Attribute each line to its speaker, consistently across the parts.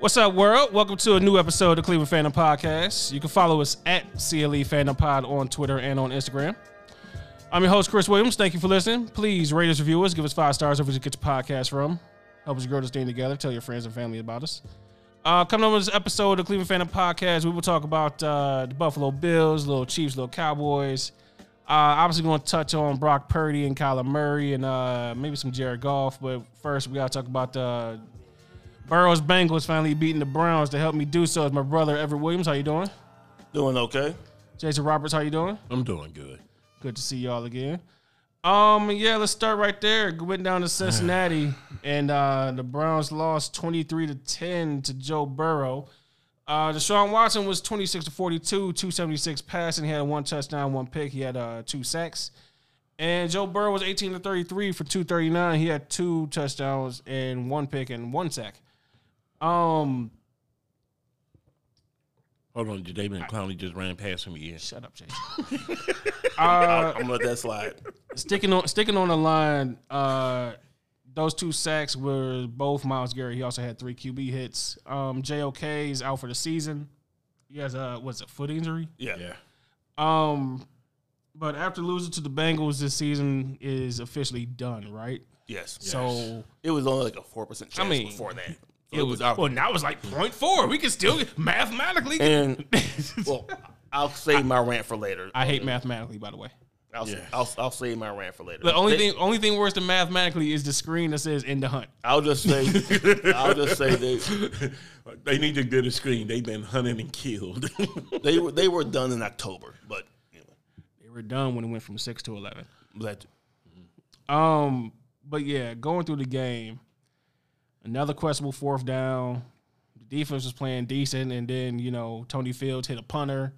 Speaker 1: What's up, world? Welcome to a new episode of the Cleveland Phantom Podcast. You can follow us at CLE Phantom Pod on Twitter and on Instagram. I'm your host, Chris Williams. Thank you for listening. Please rate us, review us, give us five stars if you get your podcast from. Help us grow this thing together. Tell your friends and family about us. Uh, coming up on this episode of the Cleveland Phantom Podcast, we will talk about uh, the Buffalo Bills, little Chiefs, little Cowboys. Uh, obviously, going to touch on Brock Purdy and Kyler Murray and uh, maybe some Jared Goff. But first, we got to talk about uh, Burrow's Bengals finally beating the Browns. To help me do so is my brother Everett Williams. How you doing?
Speaker 2: Doing okay.
Speaker 1: Jason Roberts, how you doing?
Speaker 3: I'm doing good.
Speaker 1: Good to see y'all again. Um, yeah, let's start right there. Went down to Cincinnati, and uh, the Browns lost twenty three to ten to Joe Burrow. Uh, Deshaun Watson was twenty six to forty two, two seventy six passing. He had one touchdown, one pick. He had uh, two sacks. And Joe Burrow was eighteen to thirty three for two thirty nine. He had two touchdowns and one pick and one sack. Um,
Speaker 3: Hold on, Jadavion Clowney just ran past him again.
Speaker 1: shut up, Jason. Uh,
Speaker 2: I'm gonna let that slide.
Speaker 1: sticking on sticking on the line, uh, those two sacks were both Miles Garrett. He also had three QB hits. Um, JOK is out for the season. He has a what's a foot injury.
Speaker 2: Yeah.
Speaker 1: Um, but after losing to the Bengals this season is officially done, right?
Speaker 2: Yes.
Speaker 1: So
Speaker 2: it was only like a four percent chance
Speaker 1: mean,
Speaker 2: before that. So
Speaker 1: it was well now it's like point four. We can still mathematically.
Speaker 2: and well, I'll save my rant for later.
Speaker 1: I hate mathematically, by the way.
Speaker 2: I'll,
Speaker 3: Yeah.
Speaker 2: I'll, I'll save my rant for later.
Speaker 1: The only
Speaker 2: They-
Speaker 1: thing only thing worse than mathematically is the screen that says "in the hunt."
Speaker 2: I'll just say, I'll just say they
Speaker 3: they need to get a screen. They've been hunted and killed.
Speaker 2: they were they were done in October, but anyway,
Speaker 1: They were done when it went from six to eleven.
Speaker 2: but
Speaker 1: Um, but yeah, going through the game, another questionable fourth down. The defense was playing decent, and then you know Tony Fields hit a punter.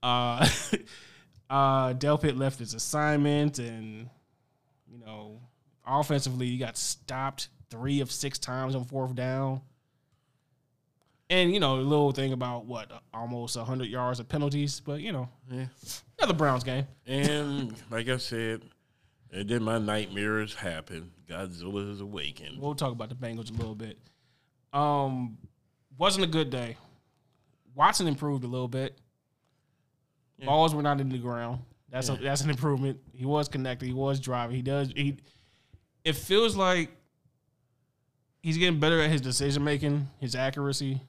Speaker 1: Uh, uh, Delpit left his assignment, and you know, offensively, you got stopped three of six times on fourth down. And you know, the little thing about what almost hundred yards of penalties, but you know, another Browns game.
Speaker 3: and like I said, and then my nightmares happen. Godzilla is awakened.
Speaker 1: we'll talk about the Bengals a little bit. Um, wasn't a good day. Watson improved a little bit. Balls were not in the ground. That's a, that's an improvement. He was connected. He was driving. He does. He. It feels like he's getting better at his decision making, his accuracy,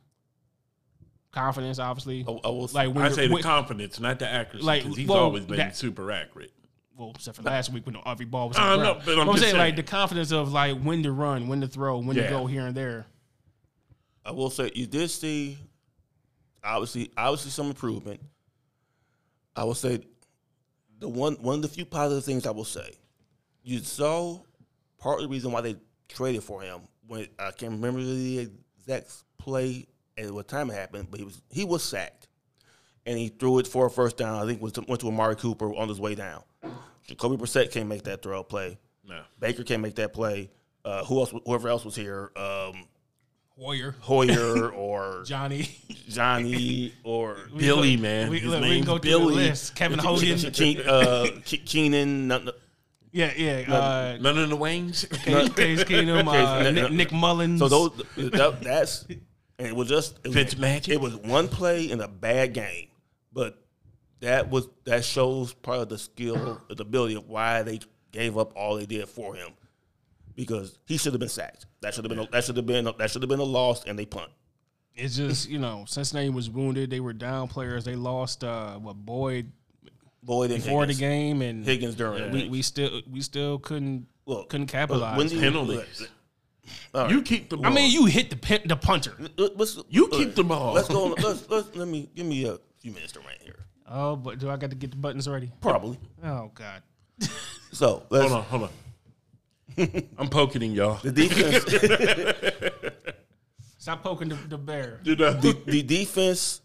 Speaker 1: confidence. Obviously,
Speaker 2: I, I will say,
Speaker 1: like when
Speaker 3: Oh, I
Speaker 1: you're-
Speaker 3: say the
Speaker 1: when-
Speaker 3: confidence, not the accuracy,
Speaker 1: Like,
Speaker 3: because he's
Speaker 1: well,
Speaker 3: always been
Speaker 1: that-
Speaker 3: super accurate.
Speaker 1: well, except for last week when every ball was.
Speaker 3: I
Speaker 1: on the
Speaker 3: know,
Speaker 1: ground.
Speaker 3: but I'm just
Speaker 1: saying, like
Speaker 3: saying.
Speaker 1: the confidence of like when to run, when to throw, when to
Speaker 3: Yeah.
Speaker 1: go here and there.
Speaker 2: I will say you did see obviously obviously some improvement. I will say the one one of the few positive things I will say, you saw part of the reason why they traded for him when I can't remember the exact play and what time it happened, but he was he was sacked. And he threw it for a first down. I think it was to, went to Amari Cooper on his way down. Jacoby Brissett can't make that throw play.
Speaker 3: No.
Speaker 2: Baker can't make that play. Uh, who else? Whoever else was here, um,
Speaker 1: Warrior,
Speaker 2: Hoyer or
Speaker 1: Johnny.
Speaker 2: Johnny or
Speaker 3: Billy, man.
Speaker 1: We,
Speaker 3: His
Speaker 1: look, we can
Speaker 3: name's
Speaker 1: go through
Speaker 3: Billy.
Speaker 1: the list. Kevin Hogan.
Speaker 2: Ke- uh, Ke- Keenan. no, no.
Speaker 1: yeah, yeah. Uh,
Speaker 3: None of the wings.
Speaker 1: Case Keenum.
Speaker 2: Okay,
Speaker 1: Uh,
Speaker 2: no, no.
Speaker 1: Nick, Nick Mullins.
Speaker 2: So those that, that's and it was just it was,
Speaker 3: Fitzmagic.
Speaker 2: It was one play in a bad game, but that was that shows part of the skill, the ability of why they gave up all they did for him because he should have been sacked. That should have been a, that should have been a, that should have been a loss, and they punt.
Speaker 1: It's just, you know, Cincinnati was wounded. They were down players. They lost, uh, what, Boyd
Speaker 2: Boyd and
Speaker 1: before the
Speaker 2: Higgins.
Speaker 1: game. And
Speaker 2: Higgins during the
Speaker 1: we,
Speaker 2: week.
Speaker 1: we still we still couldn't
Speaker 2: Look,
Speaker 1: couldn't
Speaker 2: Look,
Speaker 1: capitalize.
Speaker 2: when do you-
Speaker 3: Penalties. You keep the ball.
Speaker 1: I mean, you hit the pin, the punter.
Speaker 2: look, let's-
Speaker 3: You
Speaker 2: look,
Speaker 3: keep the ball.
Speaker 2: Let's go. Let's, let's let me give me a few minutes to rant here.
Speaker 1: Oh, but do I got to get the buttons ready?
Speaker 2: Probably.
Speaker 1: Oh, God.
Speaker 2: So let's,
Speaker 3: hold on, hold on. I'm poking him, y'all.
Speaker 2: the defense,
Speaker 1: Stop poking the, the bear.
Speaker 3: Did I-
Speaker 2: the, the defense.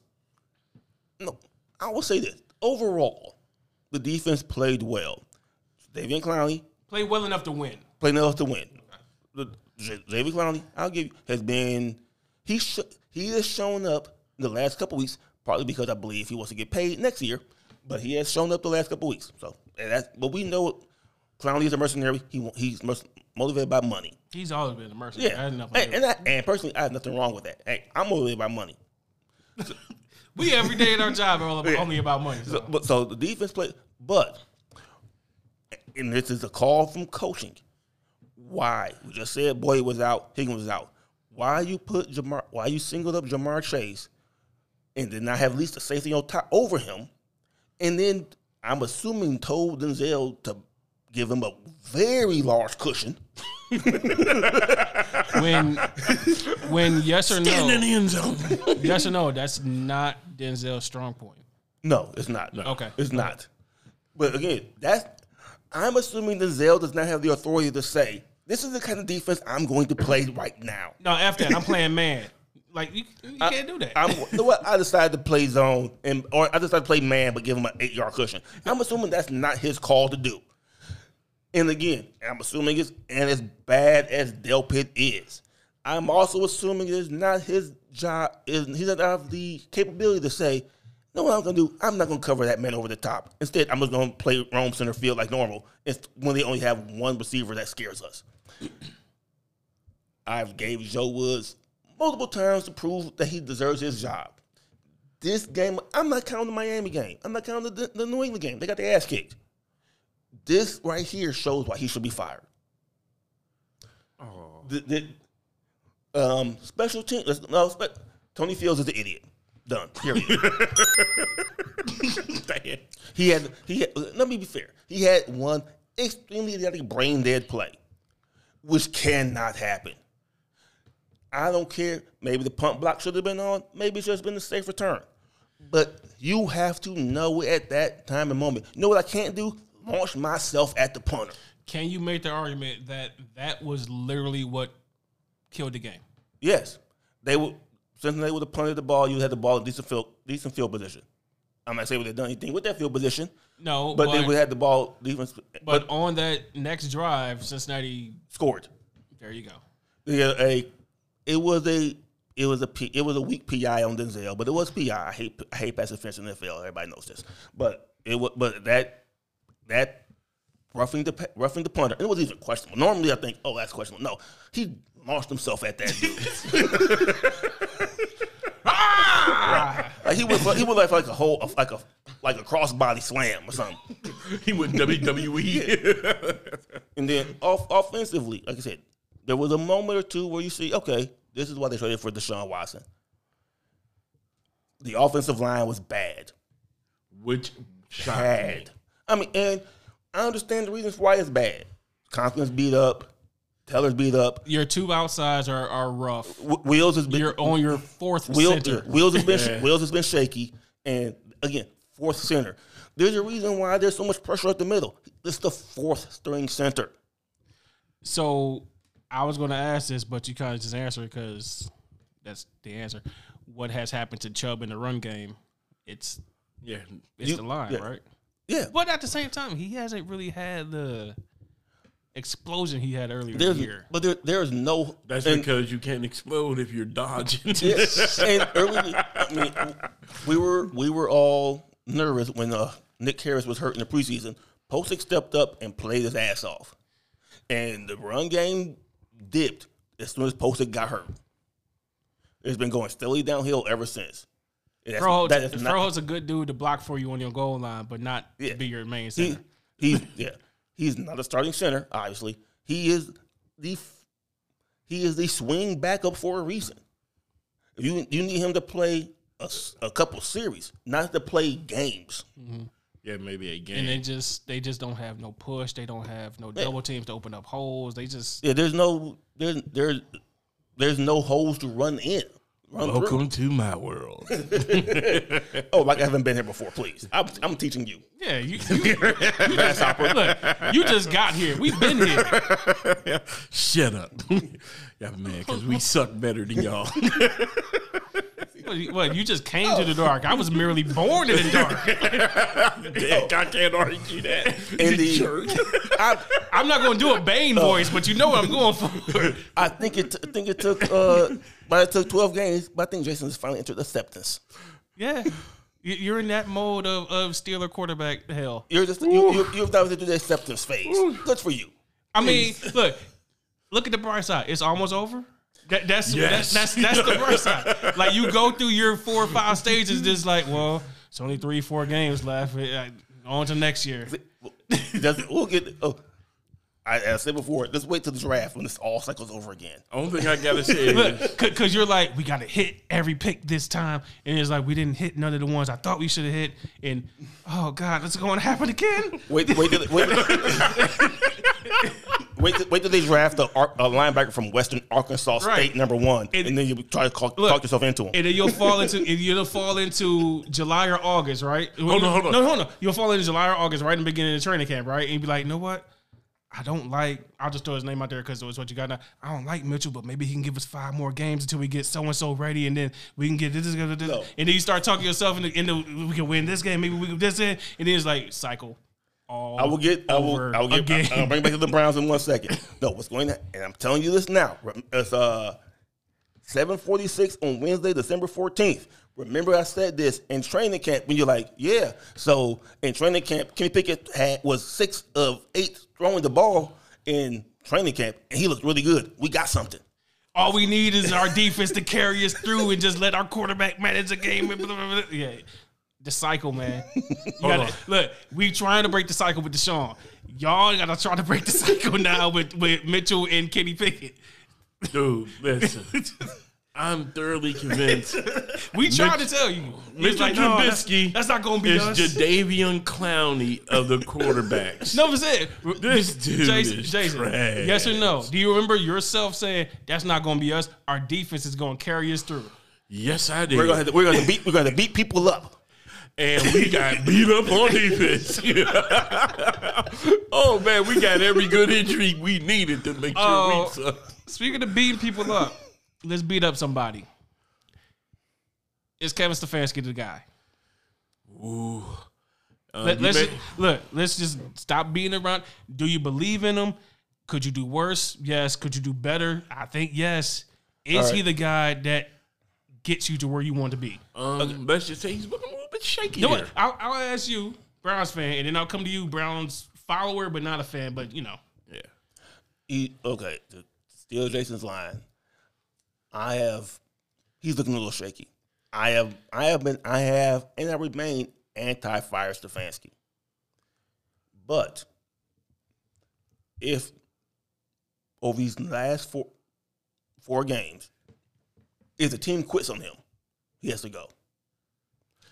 Speaker 2: No, I will say this. Overall, the defense played well. Davian Clowney
Speaker 1: Play well enough to win.
Speaker 2: played enough to win. The- J- Davian Clowney, I'll give you, has been he sh- he has shown up the last couple weeks partly because I believe he wants to get paid next year, but he has shown up the last couple weeks. So and that's but we know Clowney is a mercenary. He wa- he's merc- motivated by money.
Speaker 1: He's always been a mercenary. I
Speaker 2: Yeah,
Speaker 1: had enough of
Speaker 2: and,
Speaker 1: it.
Speaker 2: and, I, and personally, I have nothing wrong with that. Hey, I'm motivated by money.
Speaker 1: We every day at our job are all about, only about money. so.
Speaker 2: So, but so the defense play, but and this is a call from coaching. Why we just said Boyd was out, Higgins was out. Why you put Jamar? Why you singled up Jamar Chase, and did not have at least a safety on top over him, and then I'm assuming told Denzel to give him a very large cushion.
Speaker 1: when when yes or
Speaker 3: In
Speaker 1: no,
Speaker 3: the end zone.
Speaker 1: yes or no, that's not Denzel's strong point.
Speaker 2: No, it's not.
Speaker 1: Okay.
Speaker 2: it's not. But again, that's I'm assuming Denzel does not have the authority to say this is the kind of defense I'm going to play right now.
Speaker 1: No, after that, I'm playing man. Like you, you can't do that.
Speaker 2: I'm you know what I decided to play zone and or I decided to play man, but give him an eight yard cushion. I'm assuming that's not his call to do. And again, I'm assuming it's and as bad as Del Pitt is, I'm also assuming it's not his job. Is he doesn't have the capability to say, "No, what I'm going to do? I'm not going to cover that man over the top. Instead, I'm just going to play Rome center field like normal. It's when they only have one receiver that scares us." I've gave Joe Woods multiple times to prove that he deserves his job. This game, I'm not counting the Miami game. I'm not counting the, the New England game. They got their ass kicked. This right here shows why he should be fired. The, the, um, special team. let's- No, spe- Tony Fields is an idiot. Done. Period. He had he had, let me be fair. He had one extremely idiotic brain dead play, which cannot happen. I don't care. Maybe the punt block should have been on. Maybe it should have been a safe return. But you have to know at that time and moment. You know what I can't do? Launch myself at the punter.
Speaker 1: Can you make the argument that that was literally what killed the game?
Speaker 2: Yes, they would. Since they would have punted the ball, you had the ball in decent field, decent field position. I'm not saying they done anything with that field position,
Speaker 1: No,
Speaker 2: but,
Speaker 1: but
Speaker 2: they would have had the ball defense, but,
Speaker 1: but on that next drive, Cincinnati.
Speaker 2: scored.
Speaker 1: There you go.
Speaker 2: Yeah, a it was a it was a P, it was a weak PI on Denzel, but it was PI. I hate I hate pass defense in the NFL. Everybody knows this, but it was but that that roughing the pa- roughing the punter. It was even questionable. Normally, I think, oh, that's questionable. No, he launched himself at that dude. Ah! Like he was he was like like a whole like a like a crossbody slam or something.
Speaker 3: He went E. WWE.
Speaker 2: And then off offensively, like I said, there was a moment or two where you see, okay, this is why they traded for Deshaun Watson. The offensive line was bad.
Speaker 3: Which shocked me.
Speaker 2: Bad. I mean, and I understand the reasons why it's bad. Confidence beat up, Teller's beat up,
Speaker 1: Your two outsides are, are rough.
Speaker 2: Wh- Wheels has been
Speaker 1: You're on your fourth
Speaker 2: Wheels,
Speaker 1: center.
Speaker 2: Wheels has been Wheels has been shaky, and again, fourth center. There's a reason why there's so much pressure at the middle. It's the fourth string center.
Speaker 1: So I was going to ask this, but you kind of just answered because that's the answer. What has happened to Chubb in the run game? It's
Speaker 3: Yeah.
Speaker 1: it's
Speaker 2: You-
Speaker 1: the line,
Speaker 2: yeah.
Speaker 1: right?
Speaker 2: Yeah,
Speaker 1: But at the same time, he hasn't really had the explosion he had earlier in the
Speaker 2: there's
Speaker 1: year.
Speaker 2: but there there is no
Speaker 3: That's
Speaker 2: and-
Speaker 3: because you can't explode if you're dodging.
Speaker 2: Yes. and early, I mean, we were we were all nervous when uh, Nick Harris was hurt in the preseason. Posick stepped up and played his ass off, and the run game dipped as soon as Posick got hurt. It's been going steadily downhill ever since. And that's-
Speaker 1: Froholt,
Speaker 2: that is not-
Speaker 1: Frohoult's a good dude to block for you on your goal line, but not
Speaker 2: Yeah.
Speaker 1: to be your main
Speaker 2: he,
Speaker 1: center.
Speaker 2: he's yeah, he's not a starting center. Obviously, he is the f- he is the swing backup for a reason. You you need him to play a, s- a couple series, not to play games.
Speaker 3: yeah, maybe a
Speaker 1: and they
Speaker 3: game.
Speaker 1: just they just don't have no push. They don't have no double teams to open up holes. They just
Speaker 2: Yeah, there's no there's there's there's no holes to run in. Run through.
Speaker 3: Welcome to my world.
Speaker 2: Oh, like I haven't been here before. Please, I'm, I'm teaching you.
Speaker 1: yeah. You, you, you just, look, you just got here. We've been here.
Speaker 3: Shut up. yeah, man, because we suck better than y'all.
Speaker 1: What, you- what, you just came to the
Speaker 2: Oh.
Speaker 1: dark. I was merely born in the dark.
Speaker 3: Dick, I can't argue that.
Speaker 2: And
Speaker 3: You
Speaker 2: the-
Speaker 3: jerk.
Speaker 2: I
Speaker 1: I'm not going to do a
Speaker 2: Oh.
Speaker 1: Bane voice, but you know what I'm going for.
Speaker 2: I think it t- I think it took uh, but it took 12 games. But I think Jason's finally entered acceptance.
Speaker 1: Yeah. You- You're in that mode of, of Steeler quarterback hell.
Speaker 2: You're just you, you, you've not been through the acceptance phase. Good for you.
Speaker 1: I mean, look, look at the bright side. It's almost over. That, that's,
Speaker 3: Yes.
Speaker 1: that's that's that's the bright side. Like you go through your four or five stages, just like, well, it's only three, four games left. Uh, On to next year.
Speaker 2: Does- we'll get. Oh, I, as I said before, let's wait till the draft when this all cycles over again.
Speaker 3: Only thing I gotta say is
Speaker 1: Look, because you're like, we got to hit every pick this time. And it's like, we didn't hit none of the ones I thought we should have hit. And, oh, God, it's going to happen again.
Speaker 2: Wait, wait, till, wait, wait, till, wait till they draft a, ar- a linebacker from Western Arkansas
Speaker 1: Right.
Speaker 2: State number one,
Speaker 1: And-
Speaker 2: and, then you try to call, talk yourself into him.
Speaker 1: And then you'll fall into and you'll fall into July or August, right?
Speaker 3: on, hold on.
Speaker 1: No, hold on. You'll fall into July or August, right in the beginning of the training camp, right? And you'll be like, you know what? I don't like. I'll just throw his name out there because it's what you got now. I don't like Mitchell, but maybe he can give us five more games until we get so and so ready, and then we can get this. this, this, this.
Speaker 2: No.
Speaker 1: And then you start talking to yourself, and, and then we can win this game. Maybe we can this in, and then it's like cycle. All
Speaker 2: I will get. I will.
Speaker 1: over
Speaker 2: I will get.
Speaker 1: again.
Speaker 2: I, will bring it back to the Browns in one second. No, what's going on? And I'm telling you this now. Rem- It's uh, 7:46 on Wednesday, December 14th. Remember, I said this in training camp when you're like, yeah. So in training camp, Kenny Pickett had was six of eight throwing the ball in training camp, and he looked really good. We got something.
Speaker 1: all we need is our defense to carry us through and just let our quarterback manage the game. and blah, blah, blah, blah. Yeah, the cycle, man. You gotta-
Speaker 3: on.
Speaker 1: look, we trying to break the cycle with Deshaun. Y'all gotta try to break the cycle now with, with Mitchell and Kenny Pickett.
Speaker 3: dude, listen. I'm thoroughly convinced
Speaker 1: We tried to tell you, It's
Speaker 3: Mitchell
Speaker 1: no, that's-
Speaker 3: Trubisky
Speaker 1: that's, not gonna be
Speaker 3: it's
Speaker 1: us.
Speaker 3: Jadavion Clowney of the quarterbacks.
Speaker 1: no, I'm saying
Speaker 3: This dude
Speaker 1: Jason,
Speaker 3: is
Speaker 1: Jason,
Speaker 3: trash.
Speaker 1: yes or no? Do you remember yourself saying that's not gonna be us? Our defense is gonna carry us through.
Speaker 3: Yes, I did.
Speaker 2: We're gonna have to, we're gonna beat. We're gonna beat people up.
Speaker 3: and we got beat up on defense. oh man, we got every good injury we needed to make sure
Speaker 1: Oh.
Speaker 3: we. Suck.
Speaker 1: Speaking of beating people up, let's beat up somebody. Is Kevin Stefanski the guy?
Speaker 3: Ooh. Uh,
Speaker 1: Let,
Speaker 3: you
Speaker 1: us
Speaker 3: may-
Speaker 1: look. Let's just stop beating around. Do you believe in him? Could you do worse? Yes. Could you do better? I think yes. Is he the guy that gets you to where you want to be?
Speaker 3: um, let's just say he's looking a little bit shaky.
Speaker 1: You know
Speaker 3: here.
Speaker 1: what? I'll, I'll ask you, Browns fan, and then I'll come to you, Browns follower, but not a fan. But you know,
Speaker 3: Yeah.
Speaker 2: He, E, okay, to steal Jason's line, I have. He's looking a little shaky. I have, I have been, I have, and I remain anti-fire Stefanski. But if over these last four four games, if the team quits on him, he has to go.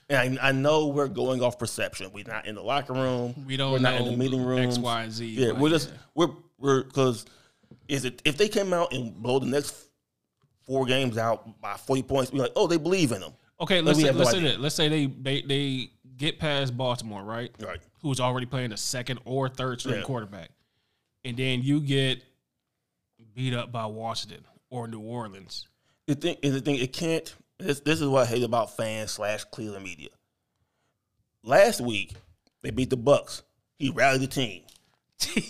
Speaker 2: And I, I know we're going off perception. We're not in the locker room.
Speaker 1: we don't
Speaker 2: We're not
Speaker 1: know
Speaker 2: in the meeting room.
Speaker 1: X, Y, and Z.
Speaker 2: Yeah,
Speaker 1: but
Speaker 2: we're just we're we're because is it if they came out and blow the next four games out by forty points, we're like, oh, they believe in them,
Speaker 1: Okay, let's
Speaker 2: we
Speaker 1: say,
Speaker 2: have no
Speaker 1: let's say
Speaker 2: idea.
Speaker 1: that. Let's say they they they get past Baltimore, right?
Speaker 2: right?
Speaker 1: Who's already playing a second or third string
Speaker 2: Yeah.
Speaker 1: quarterback, and then you get beat up by Washington or New Orleans.
Speaker 2: The thing is, the thing it can't. This this is what I hate about fans slash Cleveland media. Last week they beat the Bucks. He rallied the team. He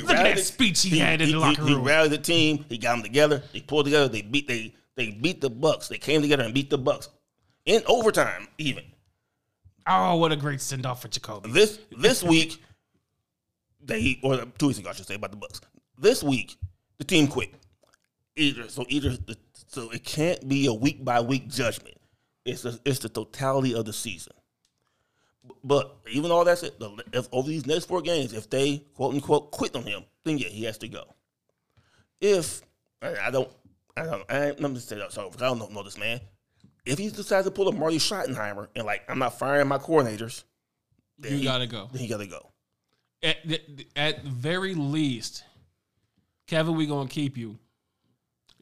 Speaker 1: Look at that speech he, had in the locker
Speaker 2: he
Speaker 1: room.
Speaker 2: rallied the team. He got them together. They pulled together. They beat they they beat the Bucks. They came together and beat the Bucks in overtime. Even
Speaker 1: oh, what a great send off for Jacoby.
Speaker 2: this this week they or two weeks ago I should say about the Bucks. This week the team quit. Either so either so it can't be a week by week judgment. It's the, it's the totality of the season. But even all that said, the- if over these next four games, if they quote unquote quit on him, then yeah, he has to go. If I I don't, I don't, I, let me say that sorry, 'cause I don't know this man. If he decides to pull a Marty Schottenheimer and like I'm not firing my coordinators, then
Speaker 1: You
Speaker 2: he-
Speaker 1: gotta go.
Speaker 2: then he gotta go.
Speaker 1: At, at very least, Kevin, we gonna keep you.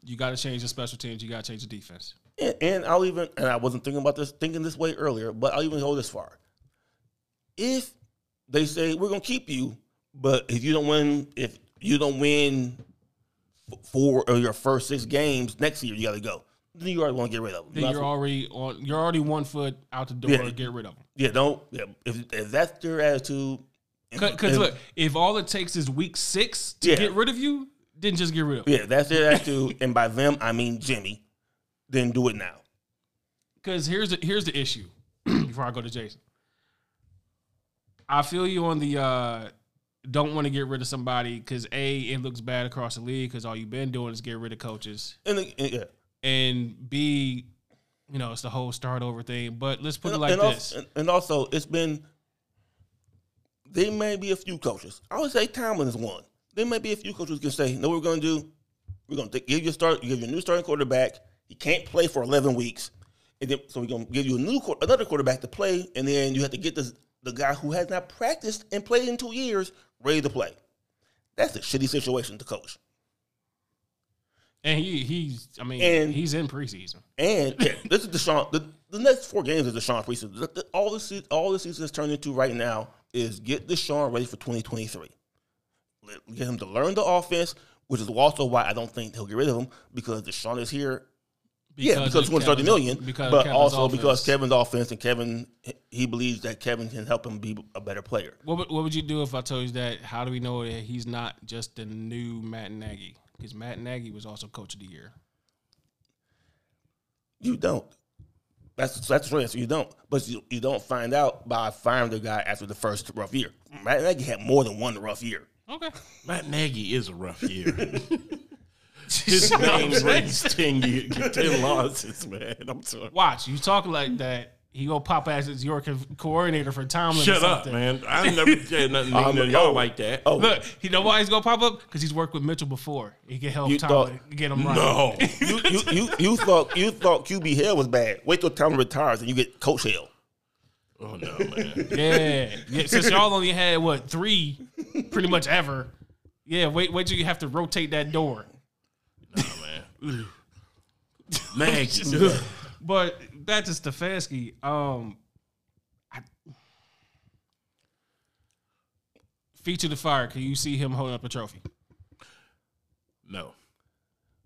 Speaker 1: You gotta change the special teams. You gotta change the defense.
Speaker 2: And, and I'll even and I wasn't thinking about this thinking this way earlier, but I'll even go this far. If they say we're gonna keep you, but if you don't win, if you don't win f- four of your first six games next year, you gotta go. Then you already want to get rid of them.
Speaker 1: Then you're already on. You're already one foot out the door.
Speaker 2: Yeah.
Speaker 1: Get rid of them.
Speaker 2: yeah, don't. Yeah, if, if that's their attitude,
Speaker 1: Because
Speaker 2: if-
Speaker 1: look, if all it takes is week six to
Speaker 2: Yeah.
Speaker 1: get rid of you, then just get rid of.
Speaker 2: yeah, that's their attitude, and by them I mean Jimmy. Then do it now.
Speaker 1: because here's the here's the issue. before I go to Jason, I feel you on the uh, don't want to get rid of somebody because a it looks bad across the league because all you've been doing is get rid of coaches,
Speaker 2: And, the- and yeah,
Speaker 1: and b you know it's the whole start over thing. But let's put it
Speaker 2: and,
Speaker 1: like
Speaker 2: and
Speaker 1: this:
Speaker 2: Also, and, and also, it's been there may be a few coaches. I would say Tomlin is one. There may be a few coaches who can say, "No, we're going to do. We're going to give you a start. Give you a new starting quarterback. He can't play for eleven weeks, and then so we're going to give you a new quar- another quarterback to play, and then you have to get this, the guy who has not practiced and played in two years ready to play." That's a shitty situation to coach.
Speaker 1: and he he's I mean
Speaker 2: and-
Speaker 1: he's in preseason.
Speaker 2: And yeah, this is Deshaun. The, the next four games is Deshaun preseason. The- the- all this se- all the season is turned into right now is get Deshaun ready for 2023. Let- Get him to learn the offense, which is also why I don't think he'll get rid of him because Deshaun is here. yeah, because
Speaker 1: of
Speaker 2: he's going to start the
Speaker 1: Kevin's-
Speaker 2: million,
Speaker 1: because of
Speaker 2: but
Speaker 1: Kevin's
Speaker 2: also
Speaker 1: offense.
Speaker 2: because Kevin's offense and Kevin he believes that Kevin can help him be a better player.
Speaker 1: What would, what would you do if I told you that? How do we know that he's not just the new Matt Nagy? Because Matt Nagy was also coach of the year.
Speaker 2: You don't. That's that's the answer. You don't. But you, you don't find out by firing the guy after the first rough year. Matt Nagy had more than one rough year.
Speaker 1: Okay.
Speaker 3: Matt Nagy is a rough year. His name rings 10, year, 10 losses, man. I'm sorry.
Speaker 1: Watch, you talk like that. He gonna pop ass as your co- coordinator for Tomlin. or
Speaker 3: Shut up,
Speaker 1: something.
Speaker 3: man. I never said nothing to
Speaker 2: I'm-
Speaker 3: y'all
Speaker 2: oh,
Speaker 3: like that.
Speaker 2: Oh,
Speaker 1: Look, you know why he's gonna pop up? Because he's worked with Mitchell before. He can help
Speaker 2: You
Speaker 1: Tomlin get him right.
Speaker 3: no.
Speaker 2: you, you, you, you thought you thought QB hell was bad. Wait till Tomlin retires and you get coach hell.
Speaker 3: Oh, no, man.
Speaker 1: Yeah. yeah. Since y'all only had what three, pretty much ever. Yeah. Wait. Wait till you have to rotate that door.
Speaker 3: Oh, man. Maggie.
Speaker 1: But back to Stefanski. Um, I, feature the fire. Can you see him holding up a trophy?
Speaker 3: no.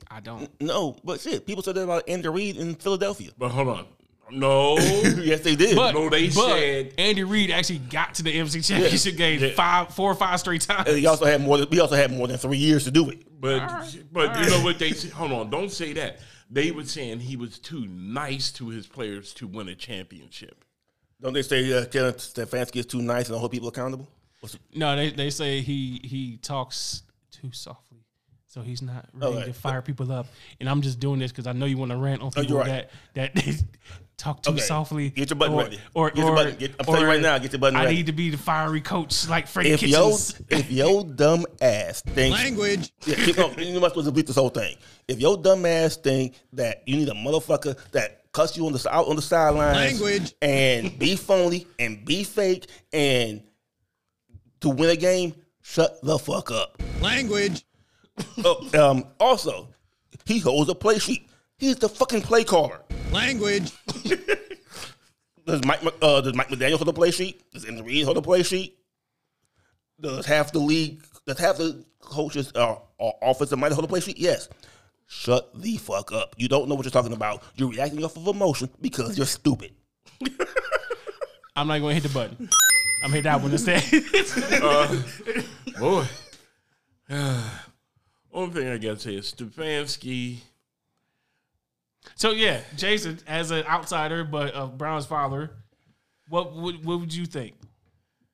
Speaker 1: I don't.
Speaker 2: No, but shit, people said that about Andrew Reid in Philadelphia.
Speaker 3: But hold on. No.
Speaker 2: yes, they did.
Speaker 1: But,
Speaker 3: No, they
Speaker 1: but
Speaker 3: said-
Speaker 1: Andy Reid actually got to the NFC Championship game
Speaker 3: Yeah.
Speaker 1: five, four or five straight times.
Speaker 2: and he also had more. Than, he also had more than three years to do it.
Speaker 3: But
Speaker 1: right.
Speaker 3: but
Speaker 1: All
Speaker 3: you
Speaker 1: right.
Speaker 3: know what they said? Hold on. Don't say that. They were saying he was too nice to his players to win a championship.
Speaker 2: Don't they say uh, Kevin Stefanski is too nice and don't hold people accountable? What's-
Speaker 1: No, they, they say he he talks too softly, so he's not ready
Speaker 2: Okay.
Speaker 1: to fire people up. And I'm just doing this because I know you want to rant on people
Speaker 2: Oh, you're right.
Speaker 1: that that talk too
Speaker 2: Okay.
Speaker 1: softly.
Speaker 2: Get your button
Speaker 1: or,
Speaker 2: ready.
Speaker 1: Or,
Speaker 2: Get your
Speaker 1: or-
Speaker 2: button- get- I'm telling you right
Speaker 1: or
Speaker 2: now, get your button
Speaker 1: I
Speaker 2: ready.
Speaker 1: need to be the fiery coach like Freddie
Speaker 2: If yo,
Speaker 1: Kitchens.
Speaker 2: if yo dumb ass thinks
Speaker 4: Language.
Speaker 2: Yeah, keep going. you must supposed to bleep this whole thing. If your dumb ass think that you need a motherfucker that cuss you on the si- out on the sidelines,
Speaker 4: Language.
Speaker 2: and be phony and be fake and to win a game, shut the fuck up.
Speaker 4: Language.
Speaker 2: Oh, um, also, he holds a play sheet. He's the fucking play caller.
Speaker 4: Language.
Speaker 2: Does Mike Mc- uh, does Mike McDaniel hold a play sheet? Does Andrew Reid hold a play sheet? Does half the league? Does half the coaches are are offensive minded hold a play sheet? Yes. Shut the fuck up. You don't know what you're talking about. You're reacting off of emotion because you're stupid.
Speaker 1: I'm not going to hit the button. I'm gonna hit that one instead.
Speaker 3: Boy. Only thing I gotta say is Stefanski.
Speaker 1: so yeah, Jason, as an outsider but a Brown's father, what would what would you think?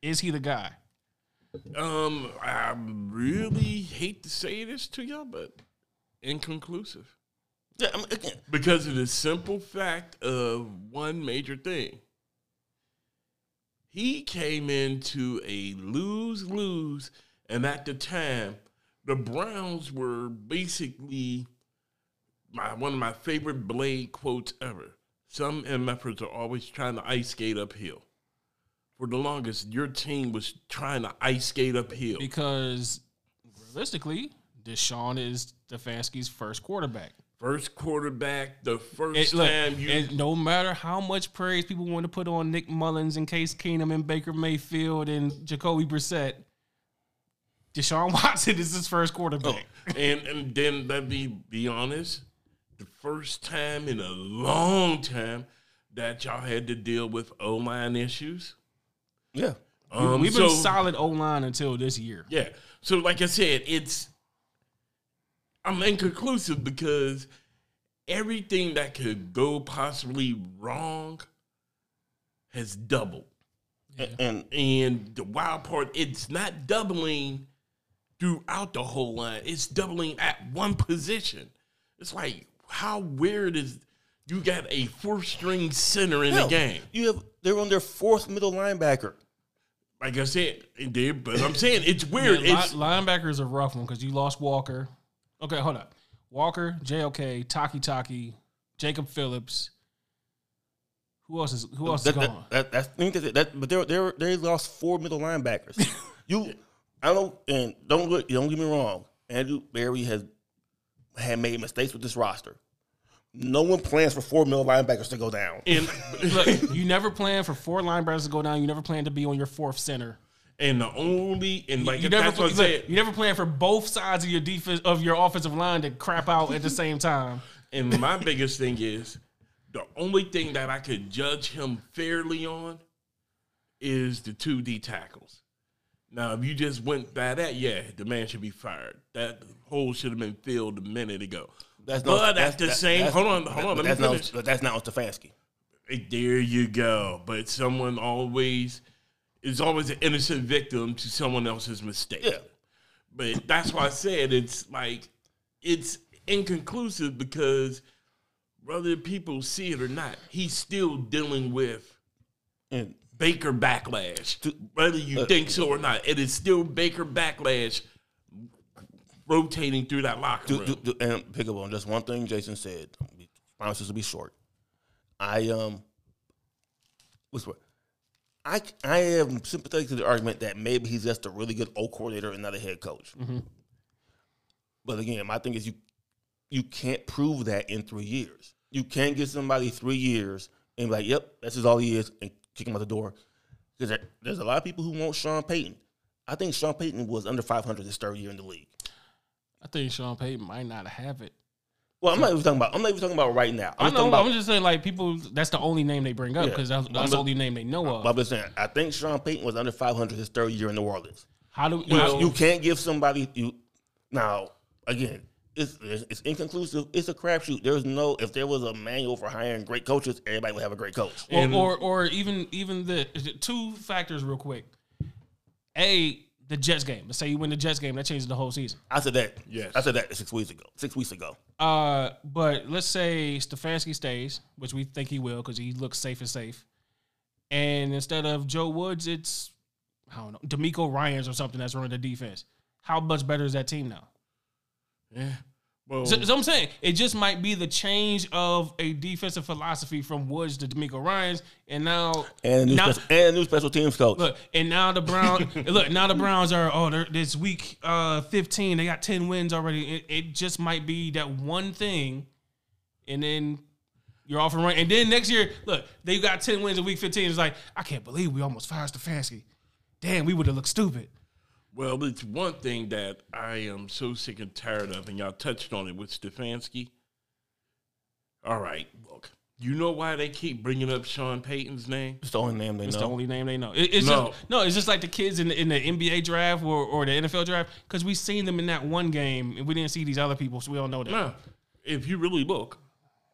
Speaker 1: Is he the guy?
Speaker 3: Um, I really hate to say this to y'all, but inconclusive.
Speaker 2: Yeah, I mean, again,
Speaker 3: Because of the simple fact of one major thing. He came into a lose lose, and at the time, the Browns were basically my one of my favorite blade quotes ever. Some MFers are always trying to ice skate uphill. For the longest, your team was trying to ice skate uphill.
Speaker 1: Because realistically, Deshaun is Stefanski's first quarterback.
Speaker 3: First quarterback, the first
Speaker 1: It, look,
Speaker 3: time you
Speaker 1: it- no matter how much praise people want to put on Nick Mullins and Case Keenum and Baker Mayfield and Jacoby Brissett, Deshaun Watson is his first quarterback.
Speaker 3: and and then let me be honest, the first time in a long time that y'all had to deal with O line issues.
Speaker 2: yeah.
Speaker 3: Um,
Speaker 1: We've been
Speaker 3: so-
Speaker 1: solid O line until this year.
Speaker 3: Yeah. So like I said, it's I'm inconclusive because everything that could go possibly wrong has doubled.
Speaker 2: And, and
Speaker 3: And the wild part, it's not doubling throughout the whole line. It's doubling at one position. It's like how weird is you got a fourth string center in the
Speaker 2: hell,
Speaker 3: game?
Speaker 2: you have they're on their fourth middle linebacker.
Speaker 3: Like I said, it did, but I'm saying it's weird.
Speaker 1: Li-
Speaker 3: it's
Speaker 1: linebacker is a rough one because you lost Walker. Okay, hold up. Walker, JOK, Taki Taki, Jacob Phillips. Who else is who else is
Speaker 2: That,
Speaker 1: gone?
Speaker 2: that, that, that's- I think that, that but they they they lost four middle linebackers. you, I don't and don't look, don't get me wrong. Andrew Barry has had made mistakes with this roster. No one plans for four middle linebackers to go down.
Speaker 3: and
Speaker 1: Look, you never plan for four linebackers to go down. You never plan to be on your fourth center.
Speaker 3: and the only and like
Speaker 1: You never,
Speaker 3: that's what I'm
Speaker 1: look,
Speaker 3: saying.
Speaker 1: you never plan for both sides of your defense of your offensive line to crap out at the same time.
Speaker 3: And my biggest thing is the only thing that I could judge him fairly on is the two D tackles. Now, if you just went by that, yeah, the man should be fired. That hole should have been filled a minute ago.
Speaker 2: That's
Speaker 3: But at the same- hold on, hold on, let
Speaker 2: but
Speaker 3: me
Speaker 2: that's not,
Speaker 3: finish.
Speaker 2: but that's not on Stefanski.
Speaker 3: Hey, There you go. But someone always is always an innocent victim to someone else's mistake.
Speaker 2: Yeah.
Speaker 3: But that's why I said it's like it's inconclusive because whether people see it or not, he's still dealing with
Speaker 2: And
Speaker 3: Baker backlash. Whether
Speaker 2: uh,
Speaker 3: you think so or not, it is still Baker backlash rotating through that locker
Speaker 2: do,
Speaker 3: room.
Speaker 2: do, do, and pick up on just one thing Jason said. Responses will be short. I um, what's what? I I am sympathetic to the argument that maybe he's just a really good O coordinator and not a head coach. But again, my thing is you you can't prove that in three years. You can't give somebody three years and be like, "Yep, this is all he is," and kick him out the door. Because there's a lot of people who want Sean Payton. I think Sean Payton was under 500 his third year in the league.
Speaker 1: I think Sean Payton might not have it.
Speaker 2: Well, I'm not even talking about. I'm not even talking about right now.
Speaker 1: I
Speaker 2: I'm just
Speaker 1: know.
Speaker 2: talking about.
Speaker 1: I'm just saying, like people. That's the only name they bring up
Speaker 2: Yeah.
Speaker 1: because that's,
Speaker 2: I'm
Speaker 1: that's
Speaker 2: just-
Speaker 1: the only name they know
Speaker 2: but
Speaker 1: of.
Speaker 2: I'm just saying. I think Sean Payton was under 500 his third year in the Orleans.
Speaker 1: How do
Speaker 2: You,
Speaker 1: how-
Speaker 2: you can't give somebody you. Now again, it's it's, it's inconclusive. It's a crapshoot. There's no. If there was a manual for hiring great coaches, everybody would have a great coach.
Speaker 1: or,
Speaker 3: And-
Speaker 1: or or even even the two factors real quick. A the Jets game. Let's say you win the Jets game, that changes the whole season.
Speaker 2: I said that.
Speaker 3: Yes.
Speaker 2: I said that six weeks ago. Six weeks ago.
Speaker 1: Uh, but let's say Stefanski stays, which we think he will because he looks safe and safe. And instead of Joe Woods, it's I don't know D'Amico Ryan's or something that's running the defense. How much better is that team now?
Speaker 3: yeah. Well,
Speaker 1: So, so I'm saying it just might be the change of a defensive philosophy from Woods to D'Amico Ryan's, and now
Speaker 2: And a new,
Speaker 1: now,
Speaker 2: special, and a new special teams coach.
Speaker 1: look, and now the Brown look now the Browns are oh they're, this week uh 15 they got 10 wins already. It, it just might be that one thing, and then you're off and running. And then next year, look, they got 10 wins in week 15. It's like I can't believe we almost fired Stefanski. Damn, we would have looked stupid.
Speaker 3: Well, it's one thing that I am so sick and tired of, and y'all touched on it with Stefanski. All right, look, you know why they keep bringing up Sean Payton's name?
Speaker 2: it's the only name they
Speaker 1: It's the
Speaker 2: know.
Speaker 1: only name they know. It- it's
Speaker 3: No.
Speaker 1: just no. It's just like the kids in the, in the NBA draft or, or the NFL draft because we seen them in that one game and we didn't see these other people, so we don't know that.
Speaker 3: Now, if you really look,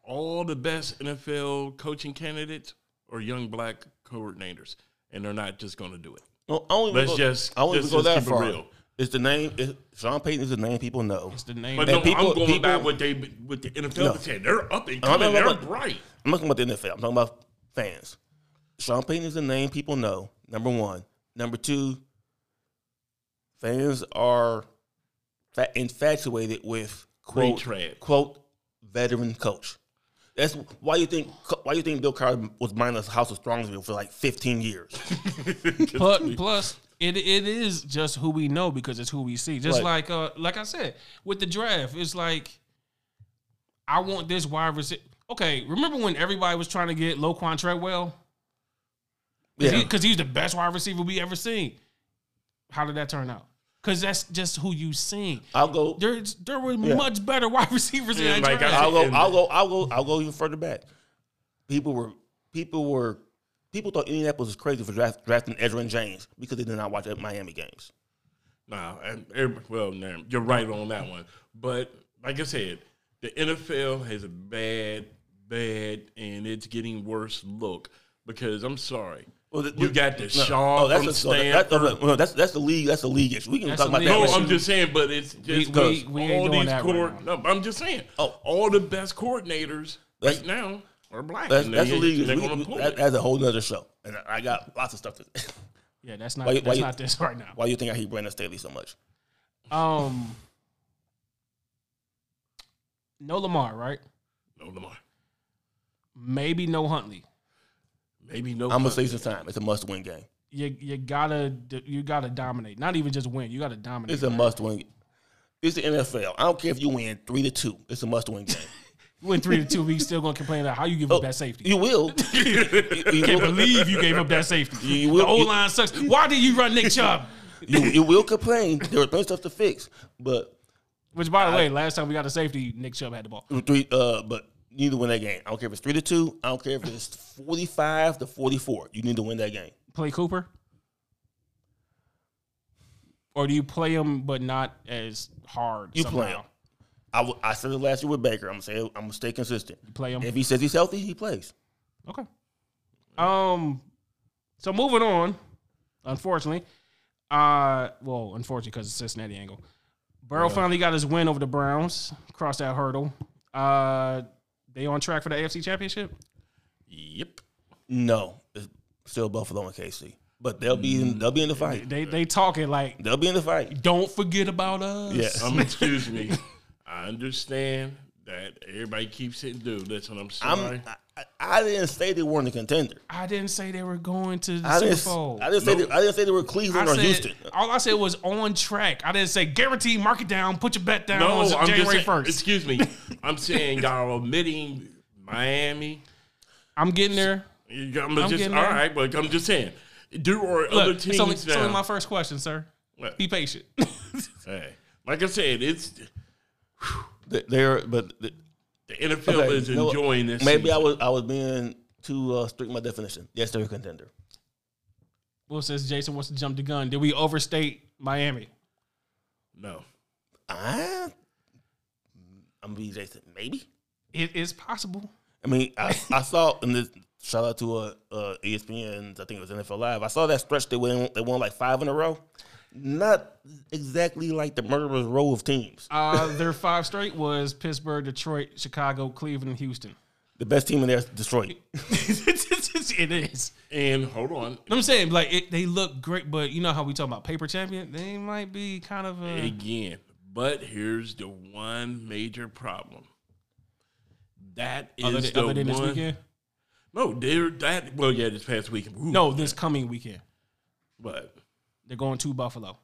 Speaker 3: all the best NFL coaching candidates are young black coordinators, and they're not just going to do it.
Speaker 2: No, I don't even
Speaker 3: Let's
Speaker 2: go,
Speaker 3: just-
Speaker 2: I don't even
Speaker 3: let's
Speaker 2: go
Speaker 3: just
Speaker 2: that
Speaker 3: keep it
Speaker 2: far.
Speaker 3: real.
Speaker 2: It's the name. It's, Sean Payton is the name people know.
Speaker 1: It's the name.
Speaker 3: But
Speaker 1: that-
Speaker 3: no,
Speaker 2: people-
Speaker 3: I'm going by
Speaker 2: people-
Speaker 3: what they what the NFL
Speaker 2: No.
Speaker 3: said. They're up and
Speaker 2: No, no,
Speaker 3: coming.
Speaker 2: no,
Speaker 3: They're
Speaker 2: no.
Speaker 3: bright.
Speaker 2: I'm not talking about the NFL. I'm talking about fans. Sean Payton is the name people know. Number one. Number two. Fans are fa- infatuated with quote
Speaker 3: Retread.
Speaker 2: quote veteran coach. That's why you think why you think Bill Cowher was minus House of Strongsville for like 15 years.
Speaker 1: Plus, plus it it is just who we know because it's who we see. Just
Speaker 2: Right.
Speaker 1: like uh, like I said with the draft, it's like I want this wide receiver. Okay, remember when everybody was trying to get Loquan Treadwell
Speaker 2: Yeah.
Speaker 1: because he's the best wide receiver we ever seen. How did that turn out? Because that's just who you seen.
Speaker 2: I'll go.
Speaker 1: There's there were much better wide receivers
Speaker 3: Yeah,
Speaker 1: in that
Speaker 3: like,
Speaker 1: draft.
Speaker 3: I-
Speaker 2: I'll go.
Speaker 3: And-
Speaker 2: I'll go. I'll go. I'll go even further back. People were. People were. People thought Indianapolis was crazy for draft, drafting Edgerrin James because they did not watch Miami games.
Speaker 3: No, and every- well, no, you're right on that one. But like I said, the NFL has a bad, bad, and it's getting worse look because I'm sorry.
Speaker 2: Well, th-
Speaker 3: You
Speaker 2: we-
Speaker 3: got the Shaw
Speaker 2: Oh, that's
Speaker 3: from
Speaker 2: a, so that- that-
Speaker 3: Stanford.
Speaker 2: no, that's that's the league. That's the league issue. We can
Speaker 1: That's
Speaker 2: talk
Speaker 1: a
Speaker 2: about
Speaker 1: league
Speaker 3: No,
Speaker 2: that.
Speaker 1: issue.
Speaker 2: issue.
Speaker 3: I'm just saying, but it's just
Speaker 1: we-
Speaker 3: because
Speaker 1: we ain't
Speaker 3: all
Speaker 1: doing
Speaker 3: these
Speaker 1: that right
Speaker 3: court.
Speaker 1: now.
Speaker 3: no, I'm just saying.
Speaker 2: Oh.
Speaker 3: all the best coordinators
Speaker 2: That's-
Speaker 3: right now are black.
Speaker 2: That's,
Speaker 3: and
Speaker 2: that's the
Speaker 3: they-
Speaker 2: league.
Speaker 3: they're
Speaker 2: issue.
Speaker 3: gonna
Speaker 2: We-
Speaker 3: pull
Speaker 2: we- that-
Speaker 3: it.
Speaker 2: that's a whole nother show, and I- I got lots of stuff to.
Speaker 1: Yeah, that's not
Speaker 2: Why you-
Speaker 1: that's
Speaker 2: why you-
Speaker 1: not this right now.
Speaker 2: Why you think I hate Brandon Staley so much?
Speaker 1: Um, no Lamar, right?
Speaker 3: no Lamar.
Speaker 1: Maybe no Huntley.
Speaker 3: Maybe no.
Speaker 2: I'm gonna
Speaker 3: Hunt.
Speaker 2: say some time. It's a must-win game.
Speaker 1: You you gotta d- you gotta dominate. Not even just win. You gotta dominate.
Speaker 2: It's a must-win. It's the NFL. I don't care if you win three to two. It's a must-win game.
Speaker 1: You win three to two. We still gonna complain about how you give up that safety.
Speaker 2: You will. you, Oh. you
Speaker 1: can't
Speaker 2: will
Speaker 1: believe you gave up that safety.
Speaker 2: You
Speaker 1: the
Speaker 2: will-
Speaker 1: O line sucks. Why did you run Nick Chubb?
Speaker 2: you, you will complain. There are plenty of stuff to fix, but
Speaker 1: Which, by the way, last time we got a safety, Nick Chubb had the ball.
Speaker 2: three. Uh, but you need to win that game. I don't care if it's three to two. I don't care if it's forty-five to forty-four. You need to win that game.
Speaker 1: Play Cooper, or do you play him but not as hard?
Speaker 2: You
Speaker 1: somehow?
Speaker 2: play him. I, w- I said it last year with Baker. I'm gonna say I'm gonna stay consistent.
Speaker 1: You play him.
Speaker 2: If he says he's healthy, he plays.
Speaker 1: Okay. Um. So moving on, unfortunately, uh, well, unfortunately because it's Cincinnati angle. Burrow finally got his win over the Browns, crossed that hurdle. Uh, they on track for the AFC Championship.
Speaker 3: Yep.
Speaker 2: No, it's still Buffalo and KC, but they'll be in, they'll be in the fight.
Speaker 1: They they talking like
Speaker 2: They'll be in the fight.
Speaker 1: don't forget about us.
Speaker 2: Yes.
Speaker 3: Um, excuse me. I understand that everybody keeps it. Dude, listen, I'm sorry.
Speaker 2: I'm. I, I- I didn't say they weren't a contender.
Speaker 1: I didn't say they were going to the
Speaker 2: I
Speaker 1: Super
Speaker 2: didn't.
Speaker 1: Bowl.
Speaker 2: I didn't say. They, I didn't say they were
Speaker 1: I
Speaker 2: Cleveland or
Speaker 1: said,
Speaker 2: Houston.
Speaker 1: All I said was on track. I didn't say guaranteed. Mark it down. Put your bet down.
Speaker 3: no,
Speaker 1: on
Speaker 3: I'm just
Speaker 1: January
Speaker 3: saying,
Speaker 1: first.
Speaker 3: Excuse me. I'm saying y'all omitting Miami.
Speaker 1: I'm getting there.
Speaker 3: You got- I'm, just all
Speaker 1: getting
Speaker 3: right,
Speaker 1: there.
Speaker 3: but I'm just saying. There are other
Speaker 1: Look,
Speaker 3: teams
Speaker 1: it's only, it's
Speaker 3: now.
Speaker 1: only my first question, sir.
Speaker 3: What?
Speaker 1: Be patient.
Speaker 3: Hey, like I said, it's
Speaker 2: They- They're, but the-
Speaker 3: the NFL
Speaker 2: okay,
Speaker 3: is
Speaker 2: you know what?
Speaker 3: enjoying this.
Speaker 2: Maybe I
Speaker 3: season.
Speaker 2: was. I was being too uh, strict in my definition. Yes, they're a contender.
Speaker 1: Will says Jason wants to jump the gun. Did we overstate Miami?
Speaker 3: no.
Speaker 2: I, I'm gonna be Jason. Maybe.
Speaker 1: It is possible.
Speaker 2: I mean, I, I saw in this shout out to uh, uh, ESPN. I think it was NFL Live. I saw that stretch they won. They won like five in a row. Not exactly like the murderer's row of teams.
Speaker 1: Uh, their five straight was Pittsburgh, Detroit, Chicago, Cleveland, Houston.
Speaker 2: The best team in there is Detroit.
Speaker 1: it is.
Speaker 3: And hold on,
Speaker 1: I'm saying like it, they look great, but you know how we talk about paper champion. They might be kind of a,
Speaker 3: again. But here's the one major problem. That is
Speaker 1: other, than,
Speaker 3: the
Speaker 1: other than
Speaker 3: one.
Speaker 1: this weekend.
Speaker 3: No, they're that. Well, yeah, this past weekend. Ooh,
Speaker 1: No, this coming weekend
Speaker 3: but
Speaker 1: they're going to Buffalo.